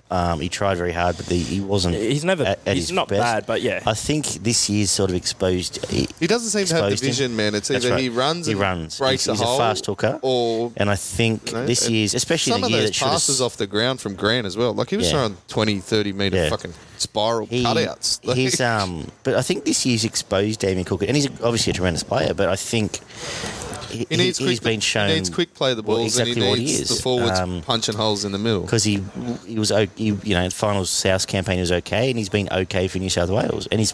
Speaker 1: Um, he tried very hard, but the, he wasn't.
Speaker 2: he's never.
Speaker 1: at, at
Speaker 2: he's
Speaker 1: his
Speaker 2: not
Speaker 1: best.
Speaker 2: bad, but yeah.
Speaker 1: I think this year's sort of exposed. eh, He,
Speaker 3: He doesn't seem to have the
Speaker 1: Exposed him.
Speaker 3: vision, man. It's
Speaker 1: That's
Speaker 3: either
Speaker 1: right.
Speaker 3: he runs,
Speaker 1: He
Speaker 3: and
Speaker 1: runs.
Speaker 3: breaks
Speaker 1: He's- he's
Speaker 3: a
Speaker 1: a
Speaker 3: hole,
Speaker 1: fast hooker.
Speaker 3: or
Speaker 1: and I think
Speaker 3: you know,
Speaker 1: this
Speaker 3: and
Speaker 1: year's, especially
Speaker 3: some
Speaker 1: the
Speaker 3: of
Speaker 1: year
Speaker 3: those
Speaker 1: that should have
Speaker 3: passes off the ground from Grant as well. Like he was
Speaker 1: Yeah.
Speaker 3: throwing 20, 30 meter
Speaker 1: Yeah.
Speaker 3: fucking spiral cutouts. *laughs* Like,
Speaker 1: He's um, but I think this year's exposed Damien Cook, and he's obviously a tremendous player. But I think he,
Speaker 3: he needs
Speaker 1: has
Speaker 3: quick,
Speaker 1: been shown
Speaker 3: He needs quick play of the
Speaker 1: well,
Speaker 3: balls,
Speaker 1: exactly
Speaker 3: and
Speaker 1: what
Speaker 3: he
Speaker 1: he
Speaker 3: needs
Speaker 1: is.
Speaker 3: the forwards
Speaker 1: Um,
Speaker 3: punching holes in the middle.
Speaker 1: because he he was o- he, you know finals South campaign he was okay, and he's been okay for New South Wales, and he's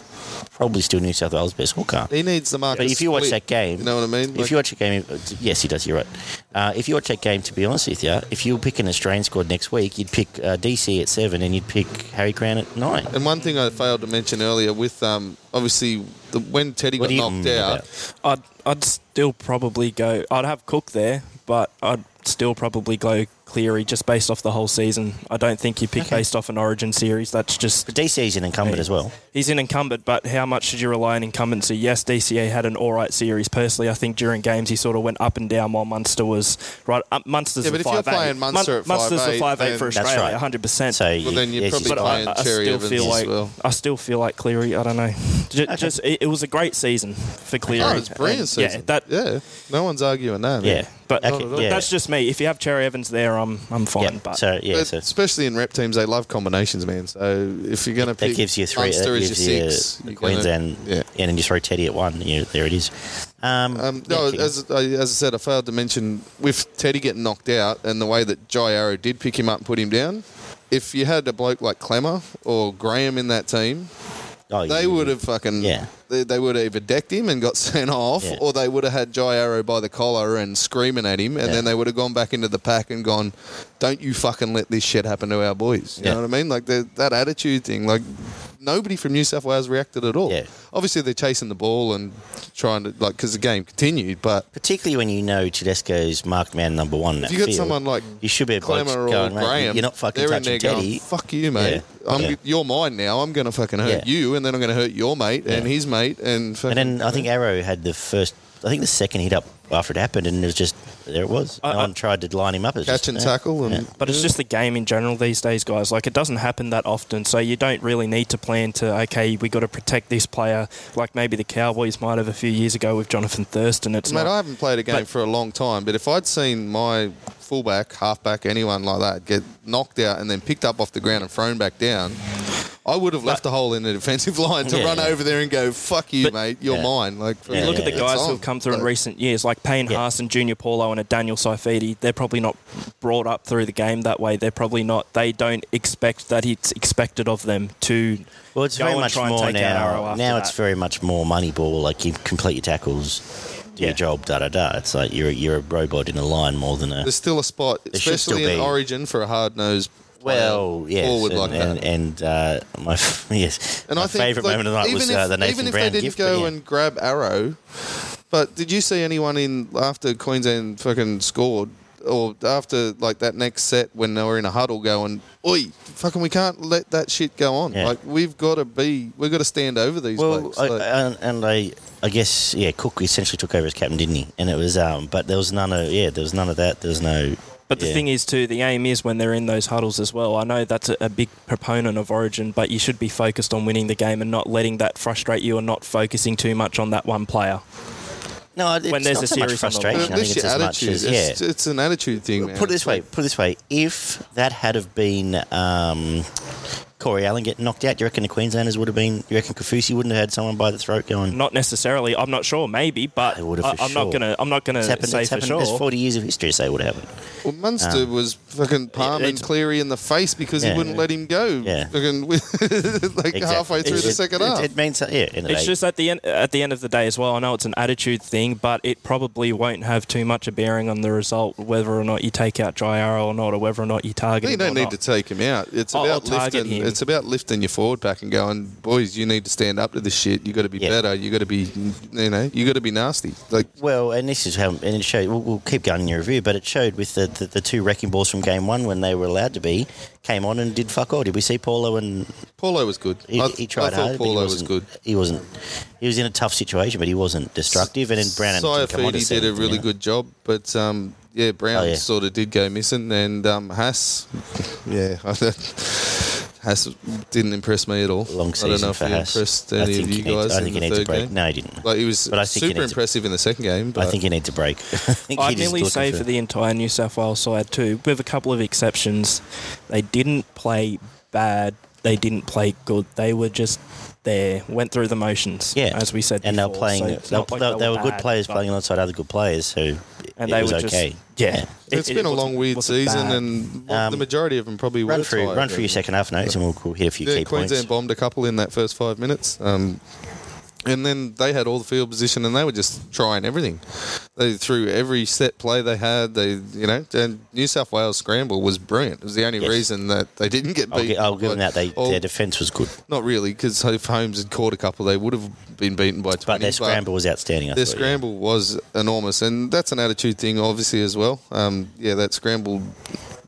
Speaker 1: probably still New South Wales best hooker.
Speaker 3: He needs the market.
Speaker 1: But if you watch that game,
Speaker 3: you know what I mean.
Speaker 1: If you watch a game, yes, he does. You're right. Uh, if you watch that game, to be honest with you, if you were picking an Australian squad next week, you'd pick uh, DC at seven, and you'd pick Harry Crown at nine.
Speaker 3: and one thing I failed to mention earlier with um, obviously the, when Teddy
Speaker 1: What
Speaker 3: got
Speaker 1: do you
Speaker 3: knocked
Speaker 1: mm
Speaker 3: out,
Speaker 1: about?
Speaker 2: I'd I'd still probably go. I'd have Cook there, but I'd still probably go Cleary just based off the whole season. I don't think you pick
Speaker 1: Okay.
Speaker 2: based off an Origin series. That's just
Speaker 1: But DC is an incumbent as well.
Speaker 2: he's an incumbent. But how much did you rely on incumbency? Yes, DCA had an all right series. Personally, I think during games he sort of went up and down while Munster was right. Uh, Munster's
Speaker 3: Yeah, but
Speaker 2: a
Speaker 3: if you're
Speaker 2: 5'8".
Speaker 3: playing Munster at
Speaker 2: Munster's
Speaker 3: 5'8",
Speaker 2: a five
Speaker 3: then-
Speaker 2: eight for
Speaker 1: That's
Speaker 2: Australia,
Speaker 1: right.
Speaker 2: hundred percent.
Speaker 1: So
Speaker 3: Well, then you're
Speaker 1: yes, he's
Speaker 3: probably But
Speaker 1: fine.
Speaker 3: playing Cherry Evans as
Speaker 2: like
Speaker 3: well.
Speaker 2: I still feel like Cleary. I don't know. J- Just it, it was a great season for Cleary.
Speaker 3: oh, it's brilliant
Speaker 2: And,
Speaker 3: season.
Speaker 2: Yeah, that
Speaker 3: yeah, no one's arguing that. man.
Speaker 1: Yeah,
Speaker 2: But
Speaker 1: Okay,
Speaker 3: Not at all.
Speaker 1: yeah.
Speaker 2: that's just me. If you have Cherry Evans there, I'm I'm fine.
Speaker 1: yeah.
Speaker 2: But
Speaker 1: So yeah,
Speaker 3: But
Speaker 1: so
Speaker 3: especially in rep teams, they love combinations, man. So if you're going to
Speaker 1: that
Speaker 3: pick
Speaker 1: gives you three.
Speaker 3: Munster
Speaker 1: that
Speaker 3: as
Speaker 1: gives
Speaker 3: your
Speaker 1: you
Speaker 3: 6
Speaker 1: the
Speaker 3: you're gonna-
Speaker 1: Queensland,
Speaker 3: yeah.
Speaker 1: and then you throw Teddy at one. You know, there it is. Um,
Speaker 3: Um,
Speaker 1: yeah,
Speaker 3: no,
Speaker 1: keep going.
Speaker 3: as, I, as I said, I failed to mention with Teddy getting knocked out and the way that Jai Arrow did pick him up and put him down. If you had a bloke like Clemmer or Graham in that team,
Speaker 1: Oh,
Speaker 3: they
Speaker 1: you-
Speaker 3: would have fucking
Speaker 1: Yeah.
Speaker 3: They, they would have either decked him and got *laughs* sent off,
Speaker 1: Yeah.
Speaker 3: or they would have had Jai Arrow by the collar and screaming at him, and
Speaker 1: Yeah.
Speaker 3: then they would have gone back into the pack and gone, "Don't you fucking let this shit happen to our boys." You
Speaker 1: Yeah.
Speaker 3: know what I mean? Like the, that attitude thing. Like nobody from New South Wales reacted at all.
Speaker 1: Yeah.
Speaker 3: Obviously, they're chasing the ball and trying to like because the game continued, but.
Speaker 1: Particularly when you know Tedesco's marked man number one. in
Speaker 3: If
Speaker 1: that
Speaker 3: you got
Speaker 1: field,
Speaker 3: someone like
Speaker 1: you should be a bloke
Speaker 3: Clemmer or
Speaker 1: going, "Mate,
Speaker 3: Graham,
Speaker 1: you're not fucking
Speaker 3: they're in
Speaker 1: touching
Speaker 3: there
Speaker 1: Teddy.
Speaker 3: Going, Fuck you, mate.
Speaker 1: Yeah.
Speaker 3: I'm,
Speaker 1: Yeah.
Speaker 3: You're mine now. I'm going to fucking hurt
Speaker 1: Yeah.
Speaker 3: you, and then I'm going to hurt your mate and
Speaker 1: Yeah.
Speaker 3: his mate, and fucking,
Speaker 1: and then I think Arrow had the first. I think the second hit up after it happened, and it was just there. It was.
Speaker 2: I-
Speaker 1: no
Speaker 2: I-
Speaker 1: one tried to line him up. It was
Speaker 3: catch
Speaker 1: just, eh.
Speaker 3: and
Speaker 1: yeah.
Speaker 3: tackle, and
Speaker 1: Yeah.
Speaker 2: but it's just the game in general these days, guys. Like it doesn't happen that often, so you don't really need to plan to. Okay, we got to protect this player. Like maybe the Cowboys might have a few years ago with Jonathan Thurston. It's
Speaker 3: Mate,
Speaker 2: not.
Speaker 3: I haven't played a game
Speaker 2: but-
Speaker 3: for a long time, but if I'd seen my fullback, halfback, anyone like that get knocked out and then picked up off the ground and thrown back down, I would have left a hole in the defensive *laughs* line to
Speaker 1: Yeah,
Speaker 3: run
Speaker 1: yeah.
Speaker 3: over there and go, "Fuck you,
Speaker 2: But-
Speaker 3: mate, you're
Speaker 1: Yeah.
Speaker 3: mine." Like,
Speaker 1: You
Speaker 2: look at the
Speaker 1: yeah,
Speaker 2: guys
Speaker 3: it's
Speaker 2: who
Speaker 3: on.
Speaker 2: have come through in
Speaker 3: Like,
Speaker 2: recent years, like Payne
Speaker 1: Yeah.
Speaker 2: Haas and Junior Paulo and a Daniel Saifidi. They're probably not brought up through the game that way. They're probably not. They don't expect that it's expected of them to.
Speaker 1: Well, it's
Speaker 2: go
Speaker 1: very
Speaker 2: and
Speaker 1: much
Speaker 2: try and
Speaker 1: more
Speaker 2: take out Arrow
Speaker 1: now.
Speaker 2: after
Speaker 1: Now it's
Speaker 2: that.
Speaker 1: very much more money ball. Like you complete your tackles, do
Speaker 2: Yeah.
Speaker 1: your job, da da da. It's like you're a- you're a robot in a line more than a
Speaker 3: There's still a spot,
Speaker 1: should
Speaker 3: especially
Speaker 1: still
Speaker 3: in
Speaker 1: be.
Speaker 3: Origin, for a hard-nosed player
Speaker 1: well, yes,
Speaker 3: forward
Speaker 1: and,
Speaker 3: like that.
Speaker 1: and, and uh, my *laughs* f- yes,
Speaker 3: And
Speaker 1: my
Speaker 3: I think
Speaker 1: favourite
Speaker 3: like,
Speaker 1: moment of the night
Speaker 3: even
Speaker 1: was
Speaker 3: if,
Speaker 1: uh, the Nathan
Speaker 3: even if
Speaker 1: Brown
Speaker 3: they didn't
Speaker 1: gift.
Speaker 3: go
Speaker 1: but yeah.
Speaker 3: and grab Arrow, but did you see anyone in after Queensland fucking scored? Or after like that next set when they were in a huddle going, Oi, fucking we can't let that shit go on.
Speaker 1: Yeah.
Speaker 3: Like we've gotta be we've gotta stand over these
Speaker 1: well,
Speaker 3: blokes.
Speaker 1: I,
Speaker 3: Like,
Speaker 1: and, and I, I guess yeah, Cook essentially took over as captain, didn't he? And it was um, but there was none of yeah, there was none of that. There was no
Speaker 2: But the
Speaker 1: Yeah.
Speaker 2: thing is, too, the aim is when they're in those huddles as well. I know that's a, a big proponent of Origin, but you should be focused on winning the game and not letting that frustrate you and not focusing too much on that one player.
Speaker 1: No, it's
Speaker 2: there's
Speaker 1: not
Speaker 2: a
Speaker 1: so much
Speaker 2: series on the line.
Speaker 1: frustration. I think
Speaker 3: Lifts
Speaker 1: it's
Speaker 3: your
Speaker 1: as much
Speaker 3: attitude.
Speaker 1: as yeah.
Speaker 3: it's, it's an attitude thing. Man.
Speaker 1: Put it this way. Put it this way. If that had have been um, Corey Allen getting knocked out, do you reckon the Queenslanders would have been? You reckon Kafusi wouldn't have had someone by the throat going?
Speaker 2: Not necessarily. I'm not sure. Maybe, but I,
Speaker 1: They
Speaker 2: I'm
Speaker 1: would've for
Speaker 2: not
Speaker 1: sure.
Speaker 2: gonna. I'm not gonna
Speaker 1: It's happened.
Speaker 2: say
Speaker 1: It's
Speaker 2: for
Speaker 1: happened.
Speaker 2: sure.
Speaker 1: There's 40 years of history to say it would happen.
Speaker 3: Well, Munster
Speaker 1: Ah.
Speaker 3: was fucking palming
Speaker 2: it's-
Speaker 3: Cleary in the face because
Speaker 1: Yeah.
Speaker 3: he wouldn't let him go.
Speaker 1: Yeah.
Speaker 3: Fucking *laughs* like halfway through
Speaker 1: It's-
Speaker 3: the
Speaker 1: it-
Speaker 3: second
Speaker 1: it,
Speaker 3: half.
Speaker 1: It, means yeah. in a
Speaker 2: It's
Speaker 1: day.
Speaker 2: just at the end at the end of the day as well. I know it's an attitude thing, but it probably won't have too much a bearing on the result, whether or not you take out Jairo or not, or whether or not you target.
Speaker 3: you
Speaker 2: him or
Speaker 3: don't need
Speaker 2: not.
Speaker 3: to take him out. It's
Speaker 2: I'll-
Speaker 3: about
Speaker 2: I'll target
Speaker 3: lifting.
Speaker 2: him.
Speaker 3: It's about lifting your forward pack and going, boys. You need to stand up to this shit. You got to be
Speaker 1: Yeah.
Speaker 3: better. You got to be, you know, you got to be nasty. Like
Speaker 1: Well, and this is how, and it showed. We'll, we'll keep going in your review, but it showed with the, the, the two wrecking balls from game one when they were allowed to be came on and did fuck all. Did we see Paulo and
Speaker 3: Paulo was good.
Speaker 1: he,
Speaker 3: I,
Speaker 1: he tried hard?
Speaker 3: I thought
Speaker 1: but he
Speaker 3: Paulo was
Speaker 1: wasn't-
Speaker 3: good.
Speaker 1: He wasn't. He was in a tough situation, but he wasn't destructive. And then Brown and
Speaker 3: Saifidi did a really good job, but um, yeah,
Speaker 1: Oh,
Speaker 3: Brown
Speaker 1: yeah.
Speaker 3: sort of did go missing, and um, Haas, *laughs* yeah, I don't- Haas didn't impress me at all.
Speaker 1: long
Speaker 3: I
Speaker 1: season
Speaker 3: don't know if
Speaker 1: for
Speaker 3: he
Speaker 1: Haas.
Speaker 3: impressed
Speaker 1: I
Speaker 3: any
Speaker 1: think
Speaker 3: of
Speaker 1: he
Speaker 3: you
Speaker 1: needs-
Speaker 3: guys.
Speaker 1: I think he
Speaker 3: in the
Speaker 1: needs a
Speaker 3: third
Speaker 1: break.
Speaker 3: Game.
Speaker 1: No, he didn't.
Speaker 3: Like uh, he was
Speaker 1: But I think he
Speaker 3: super
Speaker 1: needs a-
Speaker 3: impressive in the second game.
Speaker 1: I
Speaker 3: But
Speaker 1: think he needs a break. *laughs* I think
Speaker 2: I'd
Speaker 1: he's
Speaker 2: nearly
Speaker 1: looking
Speaker 2: say for the entire New South Wales side too, with a couple of exceptions. They didn't play bad. They didn't play good. They were just there, went through the motions.
Speaker 1: Yeah,
Speaker 2: as we said.
Speaker 1: and they're
Speaker 2: before.
Speaker 1: playing.
Speaker 2: So
Speaker 1: they
Speaker 2: it's not
Speaker 1: they,
Speaker 2: like
Speaker 1: they, were good
Speaker 2: bad,
Speaker 1: players
Speaker 2: but-
Speaker 1: playing alongside other good players, so
Speaker 2: and
Speaker 1: it
Speaker 2: they
Speaker 1: was
Speaker 2: were
Speaker 1: okay.
Speaker 2: Just, yeah,
Speaker 3: it's
Speaker 2: It-
Speaker 3: been
Speaker 2: it
Speaker 3: a
Speaker 2: wasn't-
Speaker 3: long, weird
Speaker 2: wasn't
Speaker 3: season,
Speaker 2: bad.
Speaker 3: and well,
Speaker 1: Um,
Speaker 3: the majority of them probably
Speaker 1: Run
Speaker 3: were
Speaker 1: through,
Speaker 3: tired.
Speaker 1: run through your second half notes, and we'll, we'll hit a few
Speaker 3: Yeah,
Speaker 1: key points.
Speaker 3: Queensland bombed a couple in that first five minutes. Um, and then they had all the field position, and they were just trying everything. They threw every set play they had. They, you know, and New South Wales scramble was brilliant. It was the only
Speaker 1: Yes.
Speaker 3: reason that they didn't get
Speaker 1: I'll,
Speaker 3: beat.
Speaker 1: gi- I'll give them
Speaker 3: by-
Speaker 1: that. They,
Speaker 3: or-
Speaker 1: their defence was good,
Speaker 3: not really, because if Holmes had caught a couple, they would have been beaten by twenty.
Speaker 1: but their scramble was outstanding. I
Speaker 3: Their
Speaker 1: thought, yeah.
Speaker 3: scramble was enormous, and that's an attitude thing, obviously as well. Um, yeah, that scramble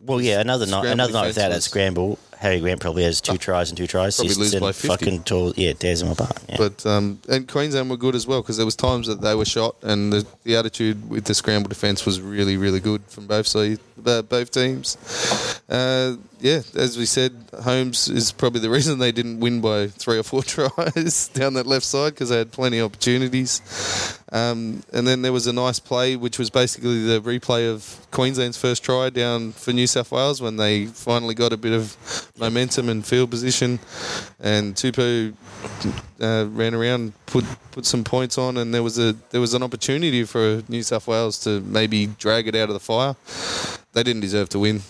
Speaker 1: Well, yeah, another night,
Speaker 3: Scramble
Speaker 1: another night without that
Speaker 3: defence was- Ah,
Speaker 1: scramble, Harry Grant probably has two tries and two tries.
Speaker 3: Probably lose by 50.
Speaker 1: Fucking tall, yeah, tears them apart. Yeah.
Speaker 3: But um, and Queensland were good as well because there was times that they were shot, and the, the attitude with the scramble defence was really, really good from both side, uh, both teams. Uh, yeah, as we said, Holmes is probably the *laughs* reason they didn't win by three or four *laughs* tries down that left side because they had plenty of opportunities. Um, and then there was a nice play, which was basically the replay of Queensland's first try down for New South Wales when they finally got a bit of momentum and field position. And Tupu uh, ran around, put put some points on, and there was a there was an opportunity for New South Wales to maybe drag it out of the fire. They didn't deserve to win.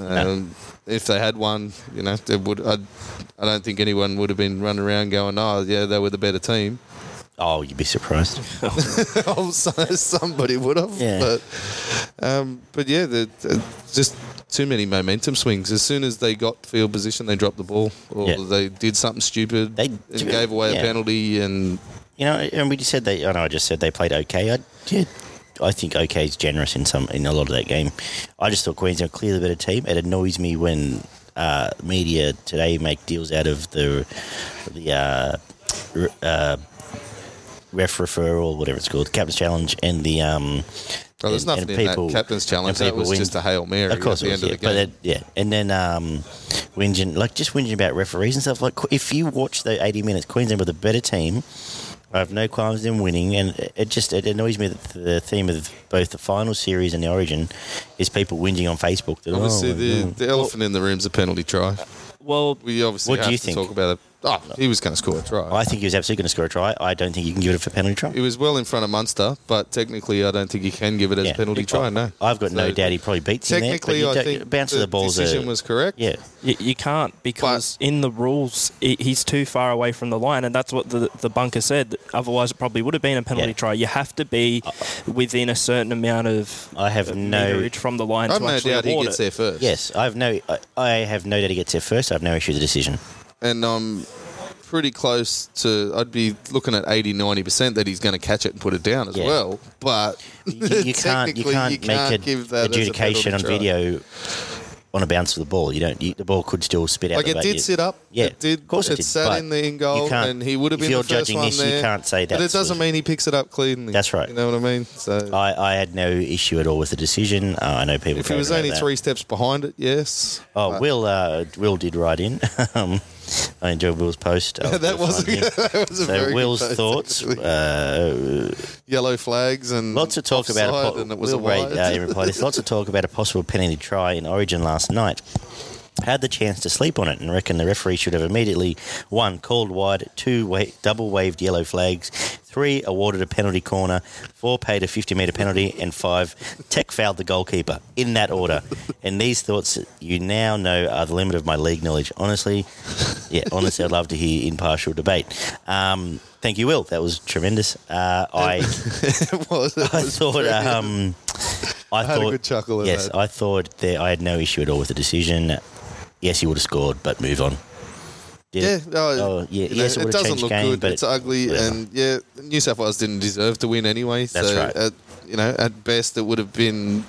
Speaker 3: Um, If they had won, you know, they would. I'd, I don't think anyone would have been running around going, "Oh, yeah, they were the better team." *laughs*
Speaker 1: oh, you'd be surprised.
Speaker 2: *laughs*
Speaker 3: Oh, so- somebody would have.
Speaker 1: Yeah.
Speaker 3: But, um, but yeah, the, the- just too many momentum swings. As soon as they got field position, they dropped the ball, or
Speaker 1: Yeah.
Speaker 3: they did something stupid.
Speaker 1: They
Speaker 3: and
Speaker 1: do-
Speaker 3: gave away
Speaker 1: yeah.
Speaker 3: a penalty, and
Speaker 1: You know, and we just said they. I know I just said they played okay. I did. I think okay is generous in some in a lot of that game. I just thought Queensland were clearly the better team. It annoys me when uh, media today make deals out of the the uh, re- uh, ref referral, whatever it's called, captain's challenge, and the um.
Speaker 3: oh, there's
Speaker 1: and-
Speaker 3: nothing
Speaker 1: and
Speaker 3: in
Speaker 1: people-
Speaker 3: that captain's
Speaker 1: and
Speaker 3: challenge. That
Speaker 1: people
Speaker 3: was
Speaker 1: win.
Speaker 3: just a hail mary
Speaker 1: Of course,
Speaker 3: at the
Speaker 1: it was,
Speaker 3: end
Speaker 1: yeah.
Speaker 3: of the game.
Speaker 1: But it, yeah, and then um, whinging like just whinging about referees and stuff. Like qu- if you watch the eighty minutes, Queensland were the better team. I have no qualms in winning, and it- it just it annoys me that the theme of both the final series and the Origin is people whinging on Facebook. That,
Speaker 3: Obviously,
Speaker 1: oh,
Speaker 3: the,
Speaker 1: yeah.
Speaker 3: the elephant in the room is a penalty try.
Speaker 2: well,
Speaker 3: We obviously
Speaker 1: What do
Speaker 3: have
Speaker 1: you
Speaker 3: to
Speaker 1: think?
Speaker 3: talk about it. Oh, he was going to score a try.
Speaker 1: I think he was absolutely going to score a try. I don't think you can give it for penalty try.
Speaker 3: He was well in front of Munster, but technically, I don't think you can give it as a
Speaker 1: Yeah.
Speaker 3: penalty try. No,
Speaker 1: I've got no
Speaker 3: So,
Speaker 1: doubt he probably beats him there. but
Speaker 3: Technically,
Speaker 1: you
Speaker 3: I
Speaker 1: don't-
Speaker 3: think
Speaker 1: bounce of
Speaker 3: the
Speaker 1: the balls
Speaker 3: decision
Speaker 1: are,
Speaker 3: was correct.
Speaker 1: Yeah,
Speaker 2: You, you can't because in the rules i he's too far away from the line, and that's what the the bunker said. Otherwise, it probably would have been a penalty
Speaker 1: Yeah.
Speaker 2: try. You have to be within a certain amount of
Speaker 1: I have no
Speaker 2: meterage from the line
Speaker 3: I've
Speaker 2: to
Speaker 3: no
Speaker 2: actually
Speaker 3: doubt he
Speaker 2: award
Speaker 3: gets
Speaker 2: it.
Speaker 3: there first.
Speaker 1: Yes, I have no. I, I have no doubt he gets there first. I have no issue with the decision.
Speaker 3: and I'm pretty close to. I'd be looking at 80, 90 percent that he's going to catch it and put it down as
Speaker 1: Yeah.
Speaker 3: well. But
Speaker 1: You, you can't. You
Speaker 3: *laughs* technically,
Speaker 1: can't
Speaker 3: you
Speaker 1: make
Speaker 3: can't
Speaker 1: an
Speaker 3: give that as a
Speaker 1: adjudication on
Speaker 3: penalty try.
Speaker 1: video on a bounce of the ball. You don't. You, the ball could still spit out.
Speaker 3: Like
Speaker 1: the
Speaker 3: it
Speaker 1: back.
Speaker 3: did
Speaker 1: You-
Speaker 3: sit up.
Speaker 1: Yeah,
Speaker 3: it did.
Speaker 1: Of course, it, did,
Speaker 3: sat
Speaker 1: but
Speaker 3: in the in
Speaker 1: you
Speaker 3: goal,
Speaker 1: can't-
Speaker 3: and he would have
Speaker 1: if
Speaker 3: been
Speaker 1: you're
Speaker 3: the first
Speaker 1: judging
Speaker 3: one
Speaker 1: this,
Speaker 3: there.
Speaker 1: You can't say that.
Speaker 3: but it doesn't mean he picks it up cleanly.
Speaker 1: That's right. Oh,
Speaker 3: You know what I mean? So
Speaker 1: I, I had no issue at all with the decision. Uh, I know people.
Speaker 3: if he was
Speaker 1: crowed
Speaker 3: only
Speaker 1: about that.
Speaker 3: three steps behind it, yes.
Speaker 1: Oh,
Speaker 3: But
Speaker 1: Will. Uh, Will did write in. *laughs* um, I enjoyed Will's
Speaker 3: *laughs*
Speaker 1: post. Oh,
Speaker 3: *laughs* that was
Speaker 1: fun, yeah.
Speaker 3: that was a very
Speaker 1: So
Speaker 3: good
Speaker 1: Will's
Speaker 3: post,
Speaker 1: thoughts.
Speaker 3: actually.
Speaker 1: Uh,
Speaker 3: yellow flags and
Speaker 1: lots of talk about.
Speaker 3: Mm, offside
Speaker 1: A po-
Speaker 3: and it was
Speaker 1: Will
Speaker 3: a
Speaker 1: Ray,
Speaker 3: wide.
Speaker 1: uh, he replied, "There's lots of talk about a possible penalty try in Origin last night. Had the chance to sleep on it and reckon the referee should have immediately one called wide, two wa- double waved yellow flags, three awarded a penalty corner, four paid a 50 metre penalty, and five tech fouled the goalkeeper in that order. And these thoughts you now know are the limit of my league knowledge. Honestly, yeah, honestly, I'd love to hear impartial debate. Um, thank you, Will. That was tremendous. Uh, I.
Speaker 3: *laughs* it was. It
Speaker 1: I
Speaker 3: was *laughs*
Speaker 1: thought.
Speaker 3: brilliant.
Speaker 1: Um, I,
Speaker 3: had a
Speaker 1: thought.
Speaker 3: good chuckle at
Speaker 1: yes,
Speaker 3: that.
Speaker 1: I thought that I had no issue at all with the decision. Yes, he would have scored, but move on. Did
Speaker 3: Yeah,
Speaker 1: it?
Speaker 3: no,
Speaker 1: Oh, yeah.
Speaker 3: you know,
Speaker 1: Yes, it,
Speaker 3: it
Speaker 1: would have
Speaker 3: doesn't
Speaker 1: changed
Speaker 3: look
Speaker 1: game,
Speaker 3: good.
Speaker 1: but
Speaker 3: It's
Speaker 1: it-
Speaker 3: ugly,
Speaker 1: whatever.
Speaker 3: and yeah, New South Wales didn't deserve to win anyway.
Speaker 1: That's
Speaker 3: so,
Speaker 1: right.
Speaker 3: At, you know, at best it would have been.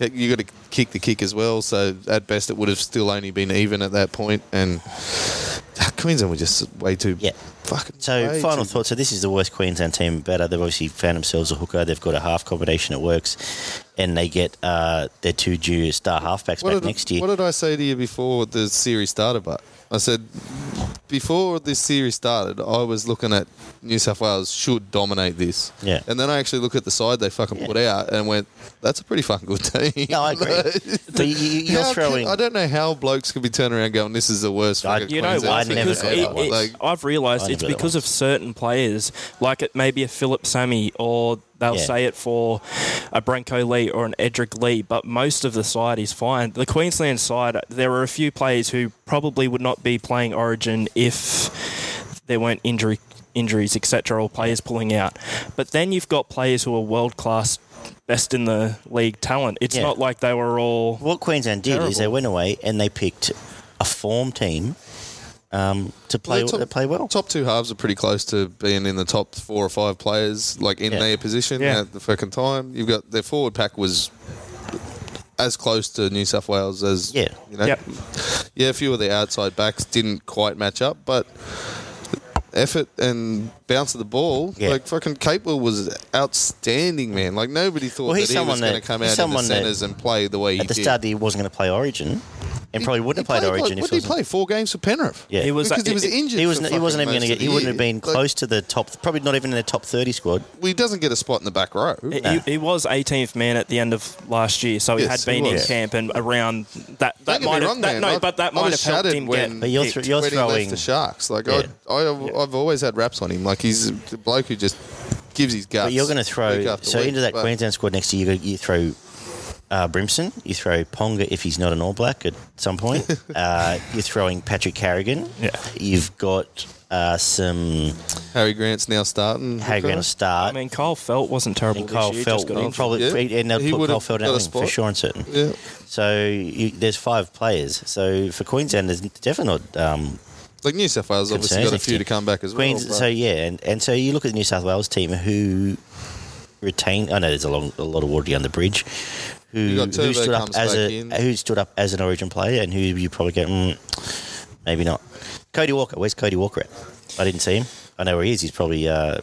Speaker 3: You got to kick the kick as well, so at best it would have still only been even at that point, and ah, Queensland were just way too
Speaker 1: Yeah.
Speaker 3: fucking.
Speaker 1: So,
Speaker 3: way
Speaker 1: final
Speaker 3: too-
Speaker 1: thought. So, this is the worst Queensland team. Better. They've obviously found themselves a hooker. They've got a half combination that works, and they get uh, their two due star halfbacks
Speaker 3: What
Speaker 1: back
Speaker 3: did,
Speaker 1: next year.
Speaker 3: what did I say to you before the series started? But I said before this series started, I was looking at New South Wales should dominate this.
Speaker 1: Yeah.
Speaker 3: And then I actually look at the side they fucking
Speaker 1: Yeah.
Speaker 3: put out and went, "That's a pretty fucking good team."
Speaker 1: no,
Speaker 3: *laughs*
Speaker 1: I agree. but you, you- you're
Speaker 3: How can-
Speaker 1: throwing.
Speaker 3: I don't know how blokes can be turning around going, "This is the worst."
Speaker 1: I-
Speaker 3: fucking
Speaker 2: You know
Speaker 1: I
Speaker 2: why?
Speaker 3: Queensland
Speaker 1: never
Speaker 3: team
Speaker 2: Because
Speaker 1: thought
Speaker 2: it,
Speaker 1: about
Speaker 3: ever."
Speaker 1: that.
Speaker 3: like,
Speaker 2: it's, I've realised
Speaker 1: I
Speaker 2: it's
Speaker 1: never thought
Speaker 2: because
Speaker 1: that
Speaker 2: of certain players, like it may be a Philip Sammy, or they'll
Speaker 1: Yeah.
Speaker 2: say it for a Branko Lee or an Edric Lee, but most of the side is fine. The Queensland side, there are a few players who probably would not be playing Origin if there weren't injury injuries, etc., or players pulling out. But then you've got players who are world class, best in the league talent. It's
Speaker 1: Yeah.
Speaker 2: not like they were all.
Speaker 1: what Queensland did is
Speaker 2: Terrible.
Speaker 1: they went away and they picked a form team um, to play.
Speaker 3: the top-
Speaker 1: to play well.
Speaker 3: Top two halves are pretty close to being in the top four or five players, like in
Speaker 1: Yeah.
Speaker 3: their position
Speaker 2: Yeah.
Speaker 3: at the fucking time. You've got their forward pack was as close to New South Wales as
Speaker 1: Yeah.
Speaker 3: You know,
Speaker 2: Yep.
Speaker 3: yeah, a few of the outside backs didn't quite match up, but effort and bounce of the ball,
Speaker 1: Yeah.
Speaker 3: like fucking Capewell was outstanding, man. Like nobody thought
Speaker 1: Well, he's
Speaker 3: that he was
Speaker 1: someone
Speaker 3: going to
Speaker 1: that-
Speaker 3: come
Speaker 1: he's
Speaker 3: out in the
Speaker 1: someone that-
Speaker 3: centres and play the way he
Speaker 1: at the
Speaker 3: did.
Speaker 1: start that he wasn't going to play Origin, and probably wouldn't have played, Origin
Speaker 3: What
Speaker 1: if
Speaker 3: did he
Speaker 1: it
Speaker 3: play?
Speaker 1: wasn't.
Speaker 3: Four games for Penrith.
Speaker 1: Yeah,
Speaker 2: He was-
Speaker 3: Because he was
Speaker 2: it- it-
Speaker 3: injured.
Speaker 1: He wasn't.
Speaker 3: for
Speaker 1: He wasn't even going
Speaker 3: fucking
Speaker 1: to
Speaker 3: most
Speaker 1: get.
Speaker 3: of the
Speaker 1: He wouldn't have
Speaker 3: year.
Speaker 1: been
Speaker 3: Like,
Speaker 1: close to the top. Probably not even in the top thirty squad.
Speaker 3: well, he doesn't get a spot in the back row.
Speaker 2: He-
Speaker 1: No.
Speaker 2: He, he was 18th man at the end of last year, so
Speaker 3: Yes,
Speaker 2: he had been
Speaker 3: he
Speaker 2: in
Speaker 3: was.
Speaker 2: camp and around that. That
Speaker 3: get me
Speaker 2: might have
Speaker 3: wrong,
Speaker 2: that,
Speaker 3: man.
Speaker 2: no,
Speaker 3: I-
Speaker 2: but that
Speaker 3: I
Speaker 2: might have
Speaker 3: was
Speaker 2: helped
Speaker 3: shattered
Speaker 2: him
Speaker 3: when-
Speaker 2: get.
Speaker 1: But you're, thr-
Speaker 2: picked.
Speaker 1: you're
Speaker 3: when he
Speaker 1: throwing.
Speaker 3: left the Sharks, like
Speaker 1: Yeah.
Speaker 3: I, I, I've always had raps on him. Like he's the bloke who just gives his guts.
Speaker 1: But you're going to
Speaker 3: week
Speaker 1: throw.
Speaker 3: after
Speaker 1: So
Speaker 3: week,
Speaker 1: into that
Speaker 3: but-
Speaker 1: Queensland squad next year, you, go, you throw. Uh, Brimson, you throw Ponga if he's not an All Black at some
Speaker 3: *laughs*
Speaker 1: point. uh, you're throwing Patrick Carrigan.
Speaker 2: Yeah.
Speaker 1: You've got uh, some
Speaker 3: Harry Grant's now starting.
Speaker 1: Carrigan to
Speaker 2: I
Speaker 1: start.
Speaker 2: mean, Kyle Felt wasn't terrible.
Speaker 1: and Kyle
Speaker 2: this year,
Speaker 1: Felt
Speaker 2: just got
Speaker 1: will
Speaker 2: injured.
Speaker 1: probably
Speaker 3: Yeah.
Speaker 1: and they'll
Speaker 3: He
Speaker 1: put
Speaker 3: would've
Speaker 1: Kyle Felt
Speaker 3: got a
Speaker 1: out for
Speaker 3: spot.
Speaker 1: sure and certain.
Speaker 3: Yeah.
Speaker 1: So you, there's five players. So for Queensland, there's definitely not um,
Speaker 3: Like New South Wales obviously
Speaker 1: concerns
Speaker 3: got a
Speaker 1: next
Speaker 3: few
Speaker 1: year.
Speaker 3: to come back as
Speaker 1: Queens.
Speaker 3: well.
Speaker 1: so
Speaker 3: but-
Speaker 1: yeah, and, and so you look at the New South Wales team who retain. I know there's a long, a lot of water down the bridge. Who,
Speaker 3: got
Speaker 1: who
Speaker 3: Turbo
Speaker 1: stood up
Speaker 3: comes
Speaker 1: as
Speaker 3: back
Speaker 1: a
Speaker 3: in.
Speaker 1: who stood up as an Origin player, and who you probably get mm, maybe not. Cody Walker. Where's Cody Walker at? I didn't see him. I know where he is. He's probably uh,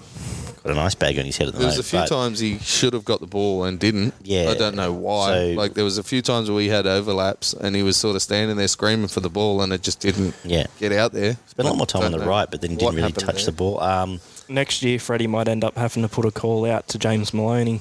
Speaker 1: got an ice bag on his head at the
Speaker 3: There was
Speaker 1: moment.
Speaker 3: a few
Speaker 1: but-
Speaker 3: times he should have got the ball and didn't.
Speaker 1: Yeah.
Speaker 3: I don't know why.
Speaker 1: So-
Speaker 3: like there was a few times where he had overlaps and he was sort of standing there screaming for the ball and it just didn't
Speaker 1: Yeah.
Speaker 3: get out there.
Speaker 1: Spent a lot more time on
Speaker 3: Don't
Speaker 1: the
Speaker 3: know
Speaker 1: right, but then
Speaker 3: what
Speaker 1: didn't really
Speaker 3: happened
Speaker 1: touch the
Speaker 3: there.
Speaker 1: ball. Um,
Speaker 2: Next year, Freddie might end up having to put a call out to James Maloney.